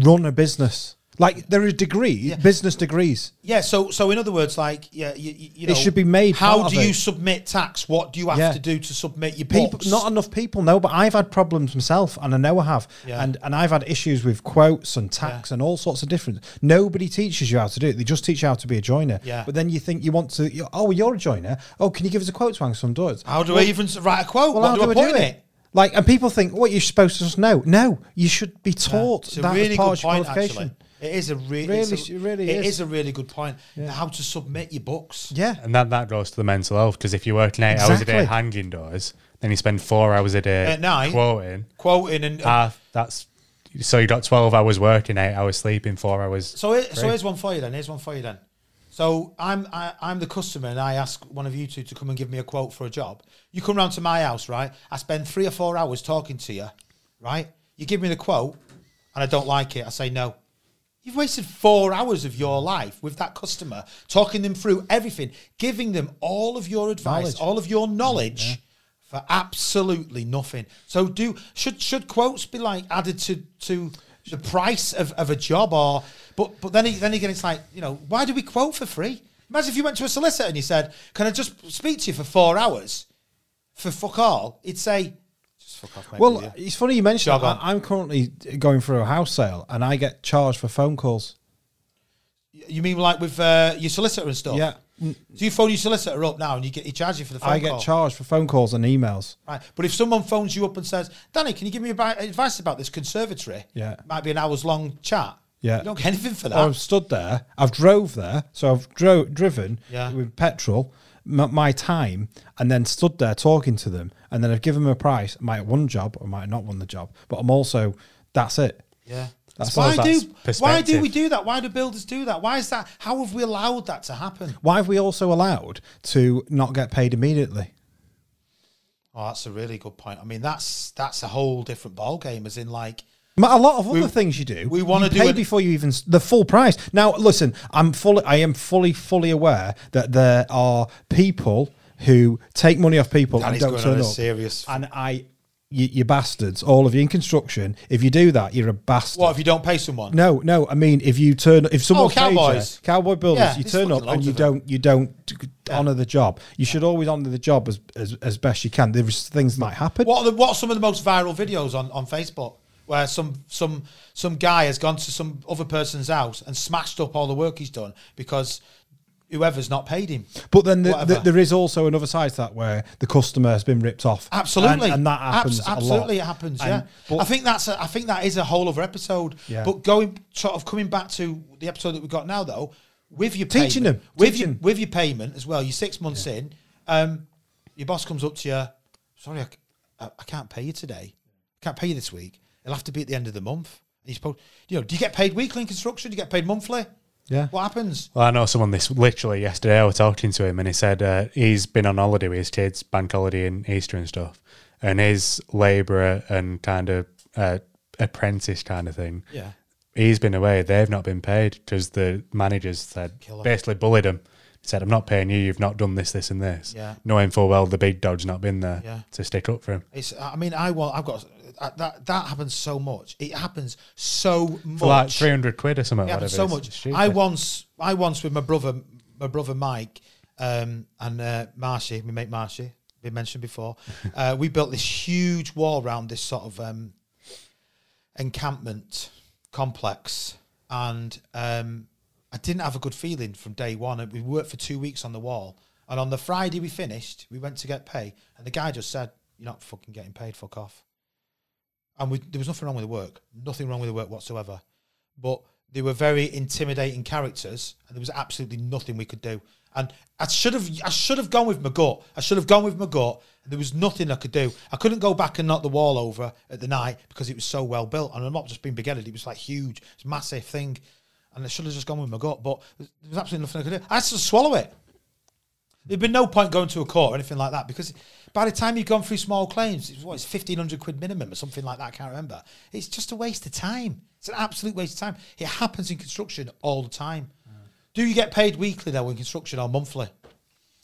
run a business. Like there is degree, business degrees. Yeah. So so in other words, like yeah, you, you you know, It should be made How part do of you it. submit tax? What do you have Yeah. to do to submit your People, books? not enough people know, but I've had problems myself, and I know I have, Yeah. and and I've had issues with quotes and tax and all sorts of different. Nobody teaches you how to do it; they just teach you how to be a joiner. Yeah. But then you think you want to. you oh, you're a joiner. Oh, can you give us a quote to hang some doors? how do I even s- write a quote? Well, what how do, I put in it? Like, and people think, what you're supposed to just know? No, you should be taught It's a that really as part good of your point. qualification. Actually, it is a re- Really it's sh- a, it really it is. is a really good point. How to submit your books? Yeah, And that, that goes to the mental health because if you're working eight hours a day Exactly. hanging doors, then you spend four hours a day At night. quoting. Quoting and uh, half Ah, that's so you got 12 hours working, eight hours sleeping, four hours. So, here, so here's one for you then. Here's one for you then. So I'm I, I'm the customer and I ask one of you two to come and give me a quote for a job. You come round to my house, right? I spend three or four hours talking to you, right? You give me the quote and I don't like it. I say no. You've wasted four hours of your life with that customer, talking them through everything, giving them all of your advice, Knowledge. all of your knowledge for absolutely nothing. So do should should quotes be like added to to the price of, of a job or but but then he, then again it's like you know why do we quote for free? Imagine if you went to a solicitor and you said, "Can I just speak to you for four hours for fuck all?" He'd say, "Just fuck off, mate." Well, will you?" it's funny you mentioned. Jog on. that. I, I'm currently going through a house sale, and I get charged for phone calls. you mean like with uh, your solicitor and stuff? Mm. Yeah. So you phone your solicitor up now and you get he charges you for the phone I get call. charged for phone calls and emails. Right. But if someone phones you up and says, Danny, can you give me advi- advice about this conservatory? Yeah. Might be an hour's long chat. Yeah. Oh, You don't get anything for Or that. I've stood there. I've drove there, so I've dro- driven Yeah. with petrol, m- my time, and then stood there talking to them, and then I've given them a price. I might have won the job, I might have not won the job, but I'm also that's it. yeah. That's why why do that's why do we perspective. do that? Why do builders do that? Why is that? How have we allowed that to happen? Why have we also allowed to not get paid immediately? Oh, that's a really good point. I mean, that's that's a whole different ball game. As in, like, Ma- A lot of other things you do. we wanna You do pay it- before you even s- the full price. Now, listen, I'm fully, I am fully, fully aware that there are people who take money off people Danny's and going don't turn on a up. serious- And I, you, you bastards, all of you in construction. If you do that, you're a bastard. what if you don't pay someone? no, no. I mean, if you turn, if someone cowboys. cowboy builders, Yeah, you there's turn up fucking and loads you of them. don't, you don't d- honor the job. You should always honor the job as, as as best you can. There's things might happen. What are the, what are some of the most viral videos on, on Facebook where some some some guy has gone to some other person's house and smashed up all the work he's done because whoever's not paid him? But then the, Whatever. the, there is also another side to that where the customer has been ripped off. Absolutely, And, and that happens Abs- a lot. absolutely, it happens. And- Yeah, but- I think that's a, I think that is a whole other episode. Yeah. But going sort of coming back to the episode that we've got now though, with your Teaching payment, them, with teaching. your with your payment as well. You're six months in. Um, your boss comes up to you. Sorry, I, c- I- I can't pay you today. I can't pay you this week. It'll have to be at the end of the month. And He's supposed, you know, do you get paid weekly in construction? Do you get paid monthly? Yeah. What happens? Well, I know someone this literally yesterday. I was talking to him, and he said uh, he's been on holiday with his kids, bank holiday and Easter and stuff. And his labourer and kind of uh, apprentice kind of thing, Yeah. he's been away. They've not been paid because the managers said Kill 'em. basically bullied him. Said, "I'm not paying you. You've not done this, this, and this." Yeah. Knowing full well the big dog's not been there Yeah. to stick up for him. It's. I mean, I want. I've got uh, that. That happens so much. It happens so much. For like 300 quid or something. It whatever happens so it is. much. It's stupid. I once, I once with my brother, my brother Mike, um, and uh, Marshy, my mate Marshy, we mentioned before, uh, we built this huge wall around this sort of um, encampment complex, and um, I didn't have a good feeling from day one. And we worked for two weeks on the wall, and on the Friday we finished, we went to get pay, and the guy just said, "You're not fucking getting paid. Fuck off." and we, there was nothing wrong with the work, nothing wrong with the work whatsoever. But they were very intimidating characters, and there was absolutely nothing we could do. And I should have, I should have gone with my gut. I should have gone with my gut. And there was nothing I could do. I couldn't go back and knock the wall over at the night because it was so well built, and I'm not just being begetted. It was like huge, it's a massive thing, and I should have just gone with my gut. But there was absolutely nothing I could do. I had to swallow it. There'd been no point going to a court or anything like that because by the time you've gone through small claims, it's what it's fifteen hundred quid minimum or something like that. I can't remember. It's just a waste of time. It's an absolute waste of time. It happens in construction all the time. Do you get paid weekly though in construction or monthly?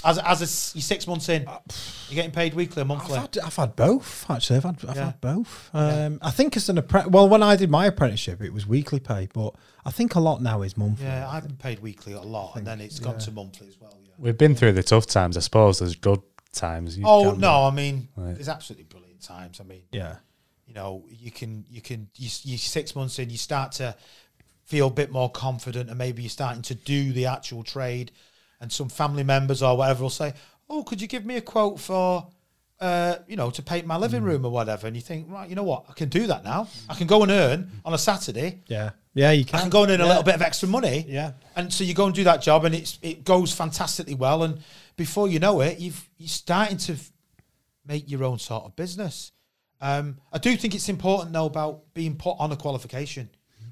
As as a s you're six months in, you're getting paid weekly or Uh, I've monthly. had, I've had both, actually. I've had, I've Yeah. had both. Um, I think as an apprentice, well, when I did my apprenticeship, it was weekly pay, but I think a lot now is monthly. yeah, I've been paid weekly a lot, and then it's gone to monthly as well. Yeah. We've been through the tough times, I suppose. There's good times. You Oh can't- no, I mean, there's absolutely brilliant times. I mean, Yeah. you know, you can you can you you six months in, you start to feel a bit more confident, and maybe you're starting to do the actual trade. And some family members or whatever will say, "Oh, could you give me a quote for, uh, you know, to paint my living room or whatever?" And you think, right, you know what, I can do that now. I can go and earn on a Saturday. Yeah. Yeah, you I can. can go and earn a Yeah. little bit of extra money. Yeah. And so you go and do that job, and it's it goes fantastically well. And before you know it, you've you're starting to f- make your own sort of business. Um, I do think it's important though about being put on a qualification.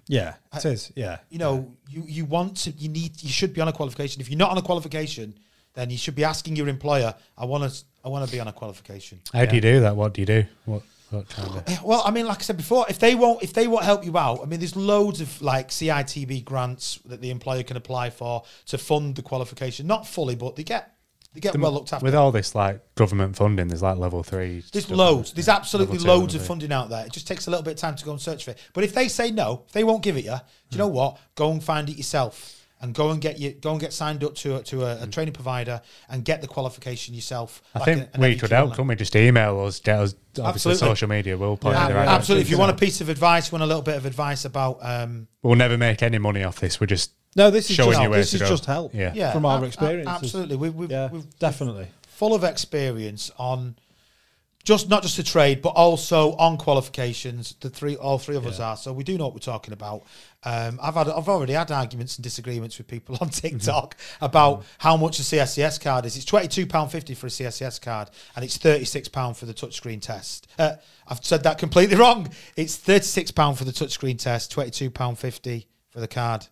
Yeah, it is. Yeah. You know, you you want to, you need, you should be on a qualification. If you're not on a qualification, then you should be asking your employer, "I want to, I want to be on a qualification." How do you do that? What do you do? What, what kind of. Yeah, Well, I mean, like I said before, if they won't, if they won't help you out, I mean, there's loads of like CITB grants that the employer can apply for to fund the qualification. Not fully, but they get They get well looked after. With all this like government funding, there's like level three. There's stuff. loads. There's absolutely Level two, loads of level funding out there. It just takes a little bit of time to go and search for it. But if they say no, if they won't give it you, do Hmm. you know what? Go and find it yourself, and go and get you go and get signed up to a, to a, a training provider and get the qualification yourself. Hmm. I like think a- an we MEQ could online. help, couldn't we? Just email us, get us obviously Absolutely. social media. We'll point in Ab- the right absolutely. If direction. you want a piece of advice, you want a little bit of advice about um, we'll never make any money off this. We're just No, this is Showing just, you where this to is go. just help Yeah. yeah, from ab- our ab- experiences. absolutely, we, we've, Yeah, we've definitely. full of experience on just not just the trade, but also on qualifications. The three, all three of us are, so we do know what we're talking about. Um, I've had, I've already had arguments and disagreements with people on TikTok Mm-hmm. about how much a CSCS card is. It's twenty two pound fifty for a CSCS card, and it's thirty six pound for the touchscreen test. Uh, I've said that completely wrong. It's thirty six pound for the touchscreen test, twenty two pound fifty for the card.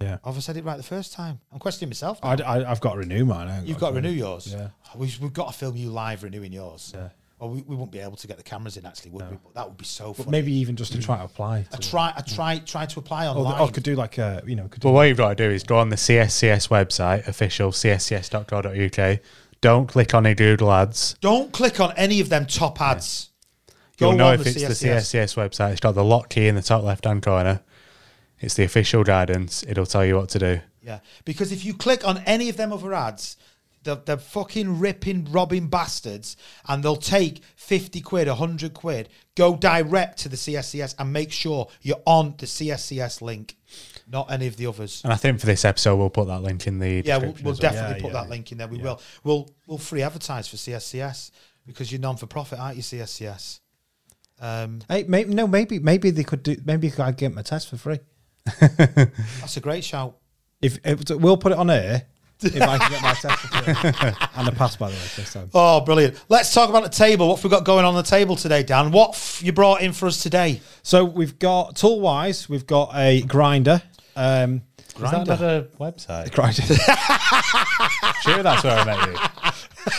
Yeah. Have I said it right the first time? I'm questioning myself. now. I, have got to renew mine. I haven't You've a got to clue. renew yours. Yeah. Oh, We've, we've got to film you live renewing yours. Yeah. Well, we, we won't be able to get the cameras in actually, would we? But that would be so funny. Maybe even just to try to apply. I to- try, I try, try to apply or, online. or oh, could do like a, you know, could do But what you've got to do is go on the CSCS website, official cscs.co.uk. Don't click on any Google ads. Don't click on any of them top ads. Go You'll know on if the it's the CSCS. CSCS website. It's got the lock key in the top left hand corner. It's the official guidance. It'll tell you what to do. Yeah, because if you click on any of them other ads, they're, they're fucking ripping, robbing bastards, and they'll take 50 quid, 100 quid, go direct to the CSCS and make sure you're on the CSCS link, not any of the others. And I think for this episode, we'll put that link in the Yeah, we'll, description. we'll as well. definitely Yeah, put yeah. that link in there. We will. We'll we'll free advertise for CSCS because you're non for profit, aren't you? CSCS. Um, Hey, maybe, no, maybe maybe they could do. Maybe I could get my test for free. that's a great shout. If, if we'll put it on air, if I can get my test for free, and I pass by the way this time. Oh, brilliant! Let's talk about the table. What have we got going on the table today, Dan? What f- you brought in for us today? So we've got tool wise, we've got a grinder. Um, Is that another website? grinder. sure, that's where I met you.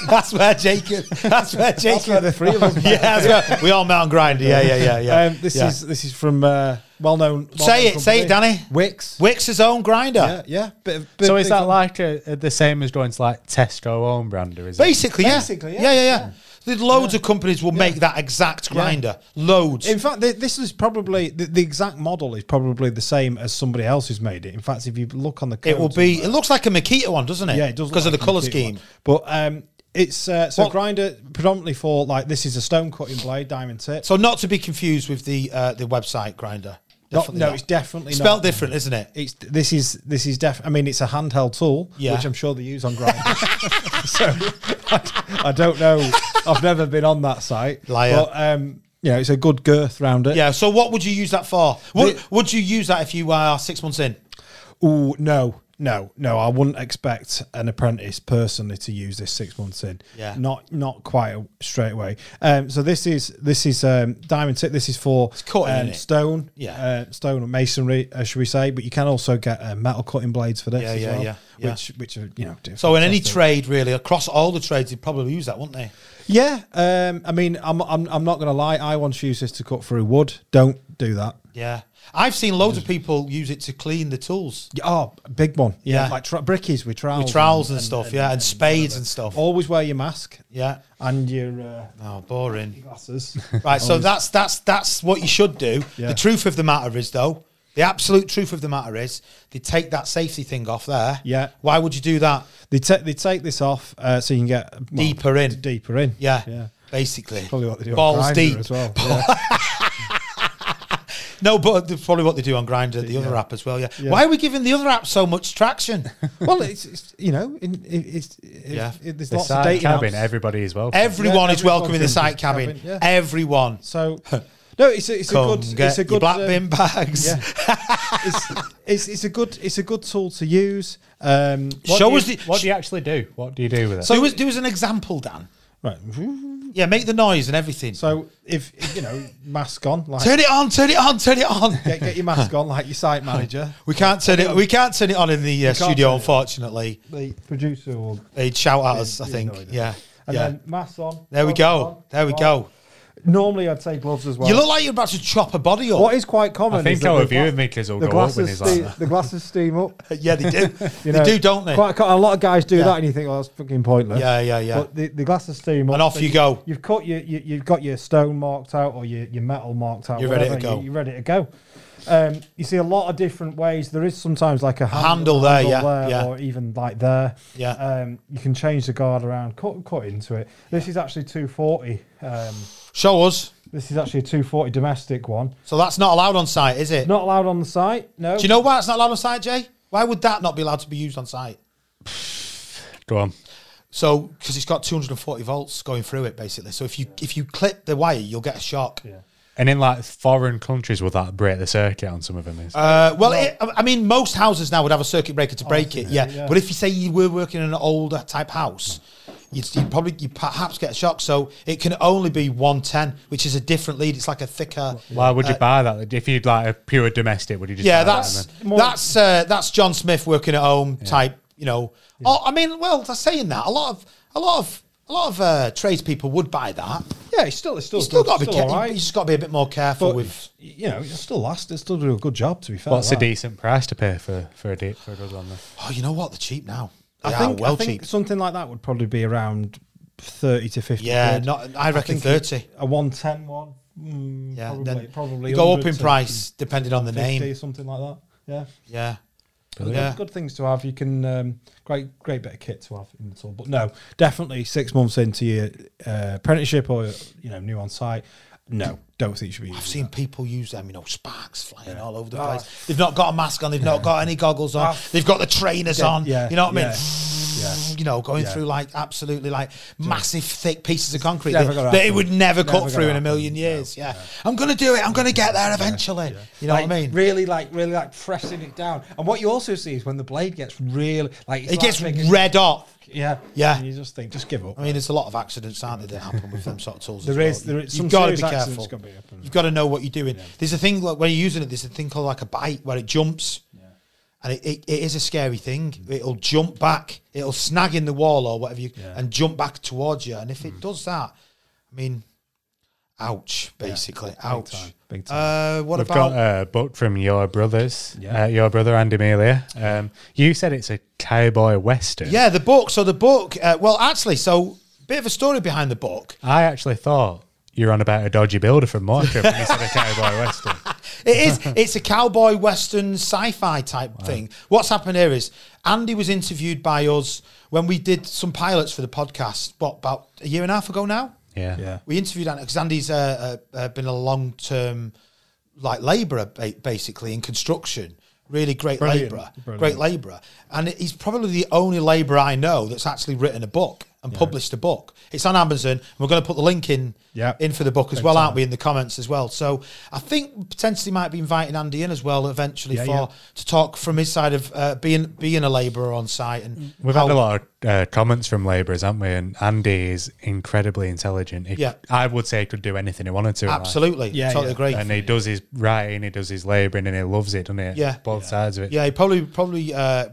That's where Jacob. That's where Jacob. where the three of us met. yeah, that's where, we all met on grinder. Yeah, yeah, yeah, yeah. um, this Yeah. is this is from uh, well known. Say it, say it, Danny. Wix. Wix's own grinder. Yeah, yeah. Bit of- bit So is big that on- like a, a- the same as going to like Tesco own brander? Is it? Basically, yeah. Basically, yeah, yeah. yeah, yeah. There's Loads of companies will make that exact grinder. Loads. In fact, th- this is probably the, the exact model is probably the same as somebody else who's made it. In fact, if you look on the It will codes be. It looks like a Makita one, doesn't it? Yeah, it does look because of like the a color complete scheme. one. But um, it's uh, so What- grinder predominantly for like this is a stone cutting blade, diamond tip. So not to be confused with the uh, the website grinder. Not- Definitely no, not. it's definitely not. spelled different, isn't it? It's this is this is def. I mean, it's a handheld tool, Yeah. which I'm sure they use on grinder. so I, I don't know. I've never been on that site. Liar. But, um, you know, it's a good girth round it. Yeah. So what would you use that for? Would, The- would you use that if you are six months in? Ooh, no, no, no. I wouldn't expect an apprentice personally to use this six months in. Yeah. Not not quite a- straight away. Um, so this is this is um, diamond tip. This is for cutting, um, innit? stone. Yeah. Uh, stone or masonry, uh, should we say? But you can also get uh, metal cutting blades for this. Yeah, as yeah, well, yeah, yeah. Which which are you know. So in any fantastic. trade, really, across all the trades, you'd probably use that, wouldn't they? Yeah. Um. I mean, I'm I'm I'm not gonna lie. I once used this to cut through wood. Don't do that. Yeah. I've seen loads of people use it to clean the tools, Yeah, Oh, big one. Yeah. Yeah. Like tra- brickies with trowels. with trowels and, stuff. yeah, and, spades and stuff. Always wear your mask Yeah. and your. Uh, Oh, boring. glasses. Right, so that's that's that's what you should do. Yeah. The truth of the matter is, though, the absolute truth of the matter is, they take that safety thing off there. Yeah. Why would you do that? They take they take this off uh, so you can get well, Deeper in. deeper in. Yeah. yeah. Basically. Probably what they do. on Balls Grindr deep. as well. Yeah. No, but that's probably what they do on Grinder, the other app as well. Yeah. Yeah. Why are we giving the other app so much traction? well, it's, it's you know, in, it, it's it, Yeah. it- there's The lots of side dating cabin, apps. everybody is welcome. Everyone Yeah, is welcome in the everyone site can- cabin. cabin, yeah. Everyone. so no, it's a, it's a Come good get it's a your good black um, bin bags. Yeah. it's, it's it's a good it's a good tool to use. Um, What Show do you- us the. what do you actually do? What do you do with it? so, do us, do us an example, Dan. right. Yeah, make the noise and everything. So if you know mask on, like turn it on, turn it on, turn it on. get, get your mask on, like your site manager, We can't turn it. We can't turn it on in the uh, can't studio, turn it on. unfortunately. the producer, will They'd shout at us. I Yeah, think. no, they don't. yeah. and yeah. then mask on. there we mask go. on, there we on. go. Normally, I'd say gloves as well. you look like you're about to chop a body up. what is quite common. I think is that our the gla- viewing makers will the go up when glasses, he's like ste- that. the glasses steam up. yeah, they do. they You know, do, don't they? Quite, quite a lot of guys do Yeah. that, and you think, "Oh, that's fucking pointless." Yeah, yeah, yeah. But the, the glasses steam up, And off so you go. You've cut your, you, you've got your stone marked out or your, your metal marked out. You're ready to whatever, go. You, are ready to go. Um, you see a lot of different ways. There is sometimes like a handle, handle there, yeah, yeah. or even like there. Yeah. Um, you can change the guard around, cut cut into it. This is actually 240. Um, Show us. this is actually a 240 domestic one. So that's not allowed on site, is it? Not allowed on the site. No. Do you know why it's not allowed on site, Jay? Why would that not be allowed to be used on site? Go on. So because it's got 240 volts going through it, basically. So if you if you clip the wire, you'll get a shock. Yeah. And in like foreign countries, will that break the circuit on some of them? Is Uh, well, it, I mean, most houses now would have a circuit breaker to break it, yeah. yeah. But if you say you were working in an older type house, you'd, you'd probably you perhaps get a shock. So it can only be 110, which is a different lead. It's like a thicker. Why would you buy that? If you'd like a pure domestic, would you just Uh, Yeah, buy that's that and More- that's uh, that's John Smith working at home type. You know, oh, I mean, well, they're saying that a lot of a lot of a lot of uh, tradespeople would buy that. Yeah, it's still, it's still, You still got to be still care- all right. you just got to be a bit more careful But, with. you know, it'll still last. It'll still do a good job, to be fair. then? what's a that. decent price to pay for for a date for a on there? Oh, you know what? They're cheap now. They I are think, well I think cheap. something like that would probably be around 30 to 50. Yeah, quid. not. I reckon think thirty. A 110 one. Mm, Yeah, probably, then probably you go up 100 in to price depending on the 50, name. something like that. Yeah. Yeah, Oh, uh, Yeah. Good things to have. You can um, great, great bit of kit to have in the tool. But no, definitely six months into your uh, apprenticeship or you know new on site. No, don't think you should be. I've using seen that. people use them. You know, sparks flying all over the Ah. place. They've not got a mask on. They've not got any goggles on. They've got the trainers Yeah, on. yeah, you know what I yeah, mean? yeah. You know, going Yeah. through like absolutely like massive thick pieces of concrete Never that, gonna that it happen. would never, Never cut through gonna in a million years. Yeah. I'm gonna do it. I'm gonna get there eventually. You know Like, what I mean? Really like, really like pressing it down. And what you also see is when the blade gets really like it's it gets like big- red hot. Yeah, Yeah. And you just think, just give up. I mean, there's a lot of accidents, aren't there, that happen with them sort of tools. There as well. is- there is- some You've got to be serious accidents careful. can be happening. You've got to know what you're doing. There's a thing like when you're using it. There's a thing called like a bite where it jumps, and it, it, it is a scary thing. It'll jump back. It'll snag in the wall or whatever you Yeah. Hmm. and jump back towards you. And if it does that, I mean, ouch, basically, ouch. time, big Uh, what We've about? got a book from your brothers, Yeah. uh, your brother Andy Melia. Um, you said it's a cowboy western. yeah, the book. So the book. Uh, well, actually, so bit of a story behind the book. I actually thought you were on about a dodgy builder from Mortar when you said a cowboy western. It is. It's a cowboy western sci-fi type thing. What's happened here is Andy was interviewed by us when we did some pilots for the podcast. What about a year and a half ago now? Yeah. Yeah. We interviewed Andy because Andy's uh, uh, uh, been a long-term like labourer ba- basically in construction. Really great Brilliant. labourer, Brilliant. great labourer, and he's probably the only labourer I know that's actually written a book and published a book. It's on Amazon. And we're going to put the link in Yep. in for the book as well, aren't we? In the comments as well. So I think potentially might be inviting Andy in as well eventually Yeah, for yeah. to talk from his side of uh, being being a labourer on site and We've how- had a lot of uh, comments from labourers, haven't we? And Andy is incredibly intelligent. He, Yeah. I would say he could do anything he wanted to. in life. absolutely, Yeah, totally yeah. agree. And he does his writing, he does his labouring, and he loves it, doesn't he? Yeah. Both sides of it. Yeah, he probably probably uh,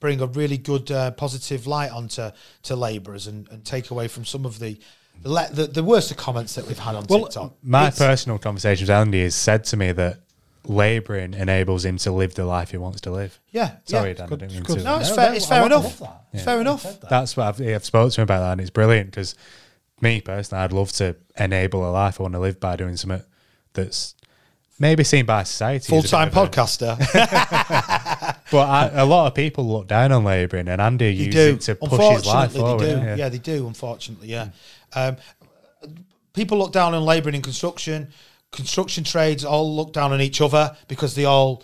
bring a really good uh, positive light onto to labourers and, and take away from some of the the, le- the the worst of comments that we've had on TikTok. My personal conversation with Andy has said to me that labouring enables him to live the life he wants to live. Yeah, Sorry, yeah. Dan, I good- didn't it's mean good. to. No, it's No, fair. no, it's I fair love enough. that. It's fair enough. That's what I've, I've spoken to him about that, and it's brilliant because me personally, I'd love to enable a life I want to live by doing something that's maybe seen by society. Full as a bit time of a- podcaster. But I, a lot of people look down on labouring, and Andy they used do. it to push his life Unfortunately, forward. they do. yeah. Hmm. Yeah. they do. Unfortunately, yeah. Um, people look down on labouring and construction. Construction trades all look down on each other because they all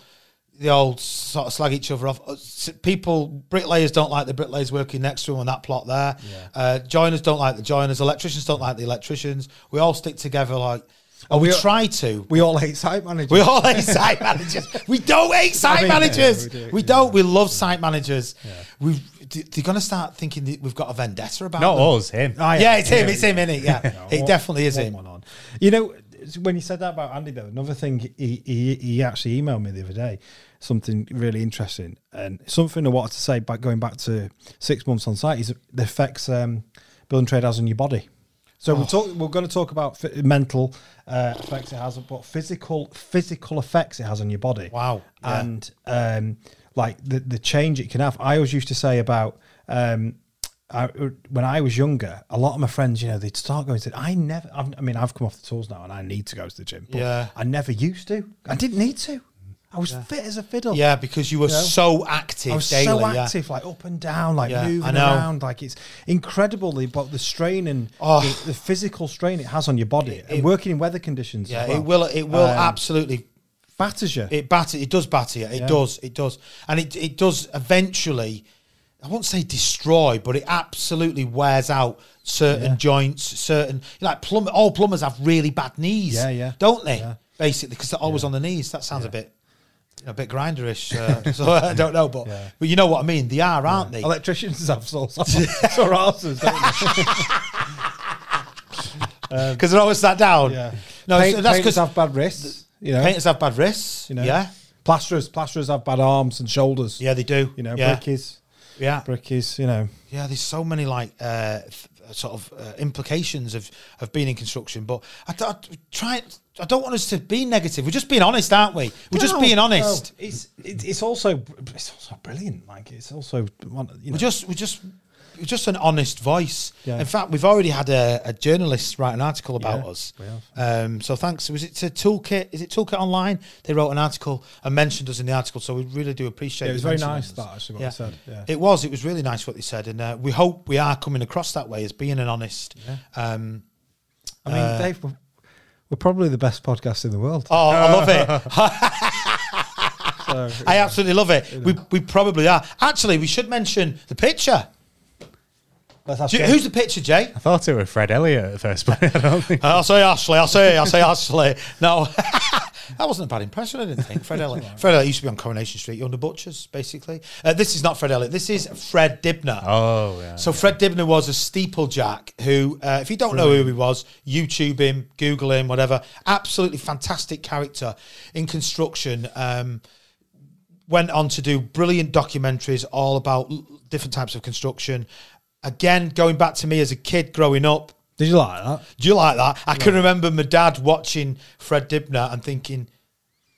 they all sort of slag each other off. Uh, s- People bricklayers don't like the bricklayers working next to them on that plot there. Uh, joiners don't like the joiners. Electricians don't like the electricians. We all stick together like, and we, we all- try to. We all hate site managers. We all hate site managers. We don't hate site mean, yeah, managers. we we, do, don't. We love site managers. We've, d- they're going to start thinking that we've got a vendetta about Not them. us, him. Ah, yeah, it's him. It's him, innit? Yeah, it What- definitely is what him. went on? You know, when you said that about Andy, though, another thing he, he he actually emailed me the other day, something really interesting, and something I wanted to say. Back going back to six months on site is the effects um, building trade has on your body. So Oh. we're talk, we're going to talk about f- mental uh, effects it has, but physical physical effects it has on your body. Wow. Yeah. And um, like the the change it can have. I always used to say about um, I, when I was younger, a lot of my friends, you know, they'd start going to. I never. I've, I mean, I've come off the tools now, and I need to go to the gym. But Yeah. I never used to. I didn't need to. I was fit as a fiddle. Yeah, because you were know? so active I was daily. so yeah. active, like up and down, like Yeah, I moving know. around. Like it's incredibly, but the strain and Oh. the, the physical strain it has on your body and it- working in weather conditions. Yeah, as well, it will. It will um, absolutely. batters you. It batter. It does batter you. It Yeah. does. It does. And it it does eventually. I won't say destroy, but it absolutely wears out certain Yeah. joints. Certain like plum. All plumbers have really bad knees. Yeah, yeah. Don't they? Yeah. Basically, because they're always on the knees. That sounds a bit. you know, A bit grinderish, uh, so I don't know, but Yeah. but you know what I mean. They are, aren't they? Electricians have sore sore asses, don't they? Because they're always sat down. Yeah. No, Paint- so that's painters because have bad wrists. You know, painters have bad wrists. you know, Yeah, Plasterers, plasterers have bad arms and shoulders. yeah, they do. you know, yeah, brickies, yeah. brickies. You know, Yeah, there's so many like uh, th- sort of uh, implications of of being in construction. But I, th- I try. I don't want us to be negative. We're just being honest, aren't we? We're just No, being no, honest. It's it, it's also it's also brilliant. Like it's also one. You know, We're just we're just we're just an honest voice. Yeah. In fact, we've already had a, a journalist write an article about Yeah, us. we have. Um, so thanks. Was it to Toolkit? Is it Toolkit Online? They wrote an article and mentioned us in the article. So we really do appreciate. Yeah, it you was very mentioning nice us. that actually what they said. Yeah. It was. It was really nice what they said, and uh, we hope we are coming across that way as being an honest. Um, I mean, Dave, we're, we're probably the best podcast in the world. Uh, Oh, I love it. So, I absolutely love it. We, we probably are. Actually, we should mention the picture. let's ask Do you- Jay. who's the picture, Jay? I thought it was Fred Elliott at first, but I don't think. I'll say Ashley. I'll say I'll say Ashley. No, that wasn't a bad impression. I didn't think Fred Elliott. Fred Elliott used to be on Coronation Street. You're under butchers, basically. Uh, this is not Fred Elliott. This is Fred Dibner. Oh, yeah. So Fred Dibner was a steeplejack who, uh, if you don't know who he was, YouTube him, Google him, whatever. Absolutely fantastic character in construction. Um, went on to do brilliant documentaries all about l- different types of construction. Again, going back to me as a kid growing up, Did you like that? do you like that? I can remember my dad watching Fred Dibner and thinking,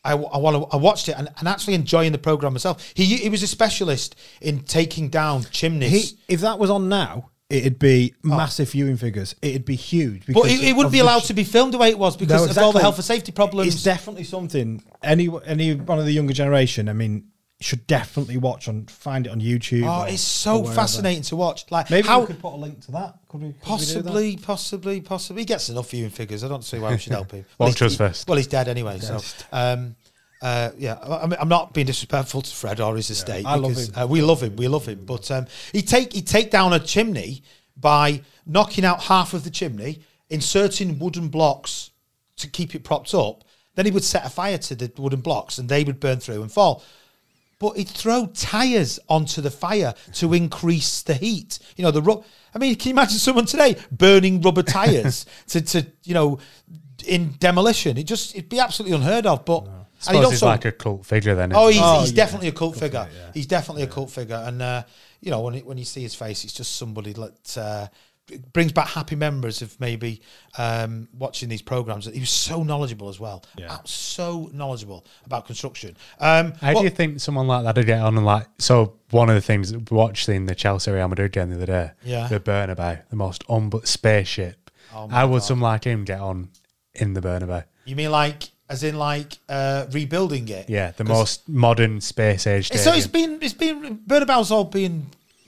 I, want to. I watched it and, and actually enjoying the program myself. He he was a specialist in taking down chimneys. He, if that was on now, it'd be massive viewing figures. It'd be huge. But because Oh. it, it wouldn't of be the allowed sh- to be filmed the way it was because of all No, the exactly. health and safety problems. It's definitely something any any one of the younger generation. I mean, should definitely watch on find it on YouTube. oh, or- it's or so wherever. fascinating to watch. Like Maybe how we could put a link to that. Could we could we do that? possibly, possibly, possibly he gets enough viewing figures. I don't see why we should help him. Well, he's- trust he- first. Well, he's dead anyway. So, um, uh, yeah, I I mean, I'm not being disrespectful to Fred or his estate. I love him. Uh, we love him. We love him. But um, he take he take down a chimney by knocking out half of the chimney, inserting wooden blocks to keep it propped up. Then he would set a fire to the wooden blocks, and they would burn through and fall. But he'd throw tires onto the fire to increase the heat. You know the rub. I mean, can you imagine someone today burning rubber tires to, to you know in demolition? It just it'd be absolutely unheard of. But I suppose he's like a cult figure then. Oh, he's, Oh, he's yeah. definitely a cult figure. figure, yeah. He's definitely a cult figure, and uh, you know when it, when you see his face, it's just somebody that uh, it brings back happy memories of maybe um, watching these programs. He was so knowledgeable as well, Yeah. Ab- so knowledgeable about construction. Um, How what- do you think someone like that would get on and like? So one of the things watching the Chelsea Real Madrid game the other day, Yeah. Oh the Bernabeu, the most unbut spaceship. How would someone like him get on in the Bernabeu? you mean like as in like uh, rebuilding it? Yeah, the 'Cause- most modern space age. So it's stadium. been it's been Bernabeu's all been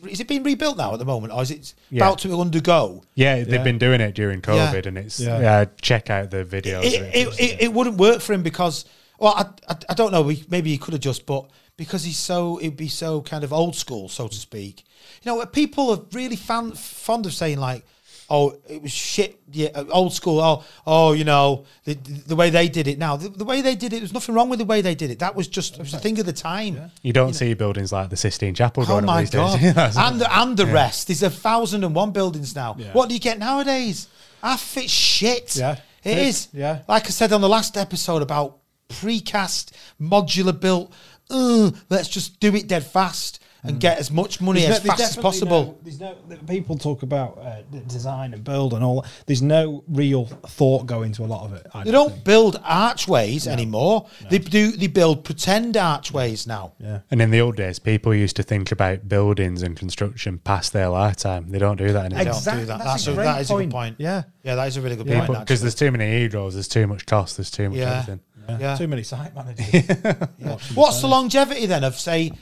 is it being rebuilt now at the moment, or is it Yeah. about to undergo? yeah, they've Yeah. been doing it during Yeah. COVID, and it's Yeah. yeah. check out the videos. it, of it. it, it, it wouldn't work for him because well I, I, I don't know we, maybe he could have just but because he's so it'd be so kind of old school so to speak you know people are really fan, fond of saying like oh it was shit yeah uh, old school oh oh you know the, the, the way they did it now the, the way they did it there's nothing wrong with the way they did it that was just it was a thing of the time you don't see buildings like the Sistine Chapel Oh going up my these god! days. That's- and the, and the rest. There's a thousand and one buildings now. Yeah. What do you get nowadays? Half it's shit. Yeah. it It- is. yeah. like I said on the last episode about precast modular built. Ugh, let's just do it dead fast. and get as much money Mm. There's as no- fast there's as definitely possible. no- there's no th- people talk about uh, d- design and build and all. There's no real thought going to a lot of it. I They don't think. build archways anymore. They do. They build pretend archways now. Yeah. And in the old days, people used to think about buildings and construction past their lifetime. They don't do that anymore. They don't Exactly. do that. That's a That's, a, great that is a point. good point. Yeah. yeah, that is a really good point. Because actually. there's too many egos, there's too much cost, there's too much yeah, everything. yeah. Too many site managers. Yeah. What's the longevity then of say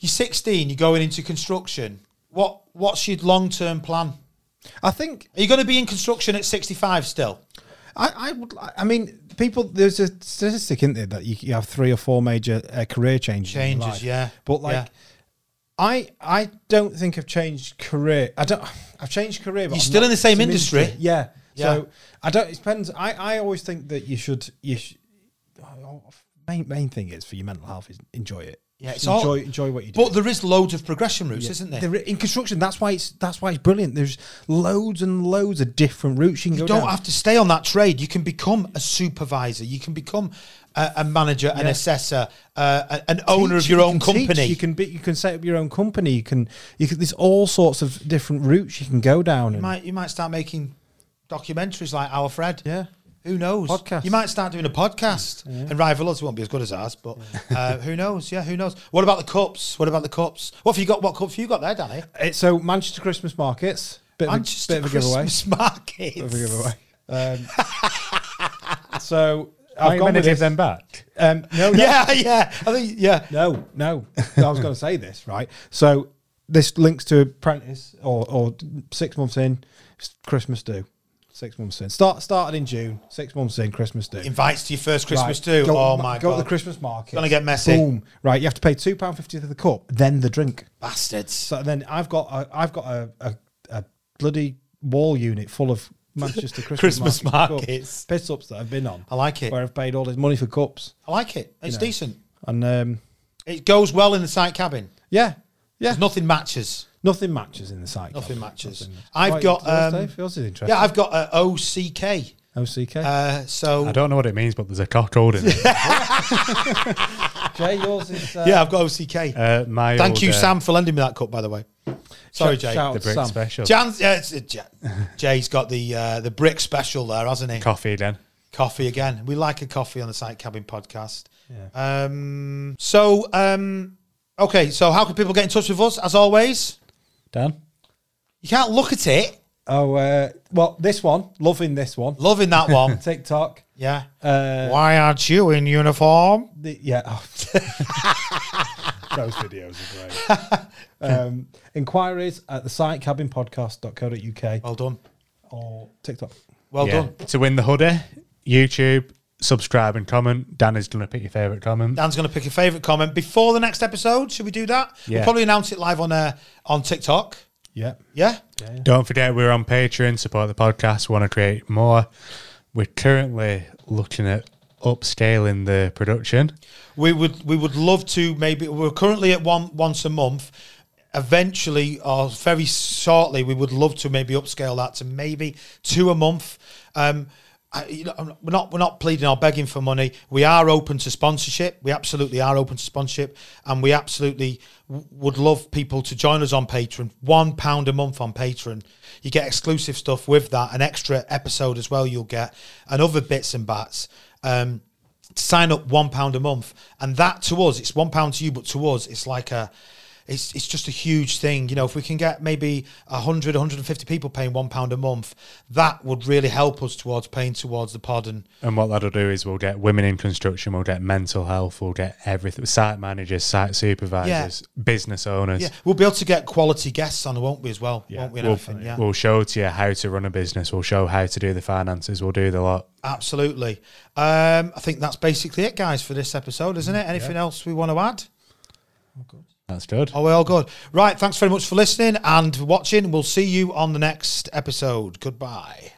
you're 16, you're going into construction? What what's your long term plan? I think Are you going to be in construction at 65 still? I, I would. li- I mean, people. There's a statistic, isn't there, that you, you have three or four major uh, career changes. in your Changes, life. yeah, But like, yeah. I I don't think I've changed career. I don't. I've changed career. But You're I'm still not in the same to industry. Yeah. Yeah. So I don't. It depends. I I always think that you should. You sh- oh, main main thing is for your mental health is enjoy it. Yeah, it's enjoy all- enjoy what you do. But there is loads of progression routes, isn't there? There- in construction, that's why it's that's why it's brilliant. There's loads and loads of different routes you can You go don't down. have to stay on that trade. You can become a supervisor. You can become a, a manager, an Yeah. assessor, uh, a- an owner of teach, your you own can teach, company. you can be, you can set up your own company. You can, you can. There's all sorts of different routes you can go down. You And, might you might start making documentaries like Our Fred. Yeah. Who knows? Podcast. You might start doing a podcast, and rival us won't be as good as ours. But uh, who knows? Yeah, who knows? What about the cups? What about the cups? What have you got? What cup have you got there, Danny? Uh, so Manchester Christmas markets, bit Manchester of a, bit of a giveaway, Christmas market. bit of a giveaway. Um, so Are I've you going gone to with give this. them back? Um, no, no, Yeah, yeah. I think yeah. No, no. I was going to say this, right? So this links to apprentice or, or six months in, s- Christmas due. Six months in. Start started in June. Six months in, Christmas due. Invites to your first Christmas Right, too. Go, oh my go god, to the Christmas market. Gonna get messy. Boom. Right, you have to pay two pound fifty for the cup, then the drink. bastards. So then I've got a, I've got a, a, a bloody wall unit full of Manchester Christmas, Christmas market markets. cups, piss ups that I've been on. I like it. Where I've paid all this money for cups, I like it. It's know. decent. and um, It goes well in the side cabin. yeah, yeah. There's nothing matches. Nothing matches in the cycle. Nothing matches. I've got, um, yours is interesting. Yeah, I've got uh, a OCK. OCK. Uh, so I don't know what it means, but there's a cock holding it. Jay, yours is. Uh, yeah, I've got OCK. Uh, my Thank old, you, uh, Sam, for lending me that cup, by the way. Sorry, Jay. shout- The Brit Sam. Special. Jan's, yeah, it's, uh, Ja- Jay's got the uh, the brick special there, hasn't he? Coffee then. coffee again. We like a coffee on the Site Cabin podcast. Yeah. Um, so, um, okay, so how can people get in touch with us? As always, Dan? you can't look at it. Oh, uh, well, this one. Loving this one. Loving that one. TikTok. yeah. Uh, Why aren't you in uniform? the, yeah. oh. Those videos are great. um, inquiries at the site cabinpodcast.co.uk Well done. or TikTok. Well Yeah. done. To win the hoodie, YouTube, subscribe and comment. Dan is going to pick your favourite comment. Dan's going to pick a favourite comment before the next episode. Should we do that? We'll Yeah. probably announce it live on uh, on TikTok. Yeah. Yeah. Don't forget, we're on Patreon. Support the podcast. We want to create more. We're currently looking at upscaling the production. We would we would love to maybe we're currently at one once a month. Eventually, or very shortly, we would love to maybe upscale that to maybe two a month. Um, I, you know, I'm- we're not we're not pleading or begging for money. We are open to sponsorship. We absolutely are open to sponsorship, and we absolutely w- would love people to join us on Patreon. One pound a month on Patreon, you get exclusive stuff with that, an extra episode as well. You'll get and other bits and bats. Um, sign up one pound a month and that to us it's one pound to you but to us it's like a it's, it's just a huge thing you know if we can get maybe 100 150 people paying one pound a month that would really help us towards paying towards the pod and And what that'll do is we'll get women in construction, we'll get mental health, we'll get everything site managers, site supervisors, business owners. yeah we'll be able to get quality guests on won't we as well Yeah. won't we and We'll, everything yeah we'll show to you how to run a business, we'll show how to do the finances, we'll do the lot. absolutely um i think that's basically it guys for this episode isn't it anything else we want to add That's good. oh we're all good right thanks very much for listening and watching we'll see you on the next episode goodbye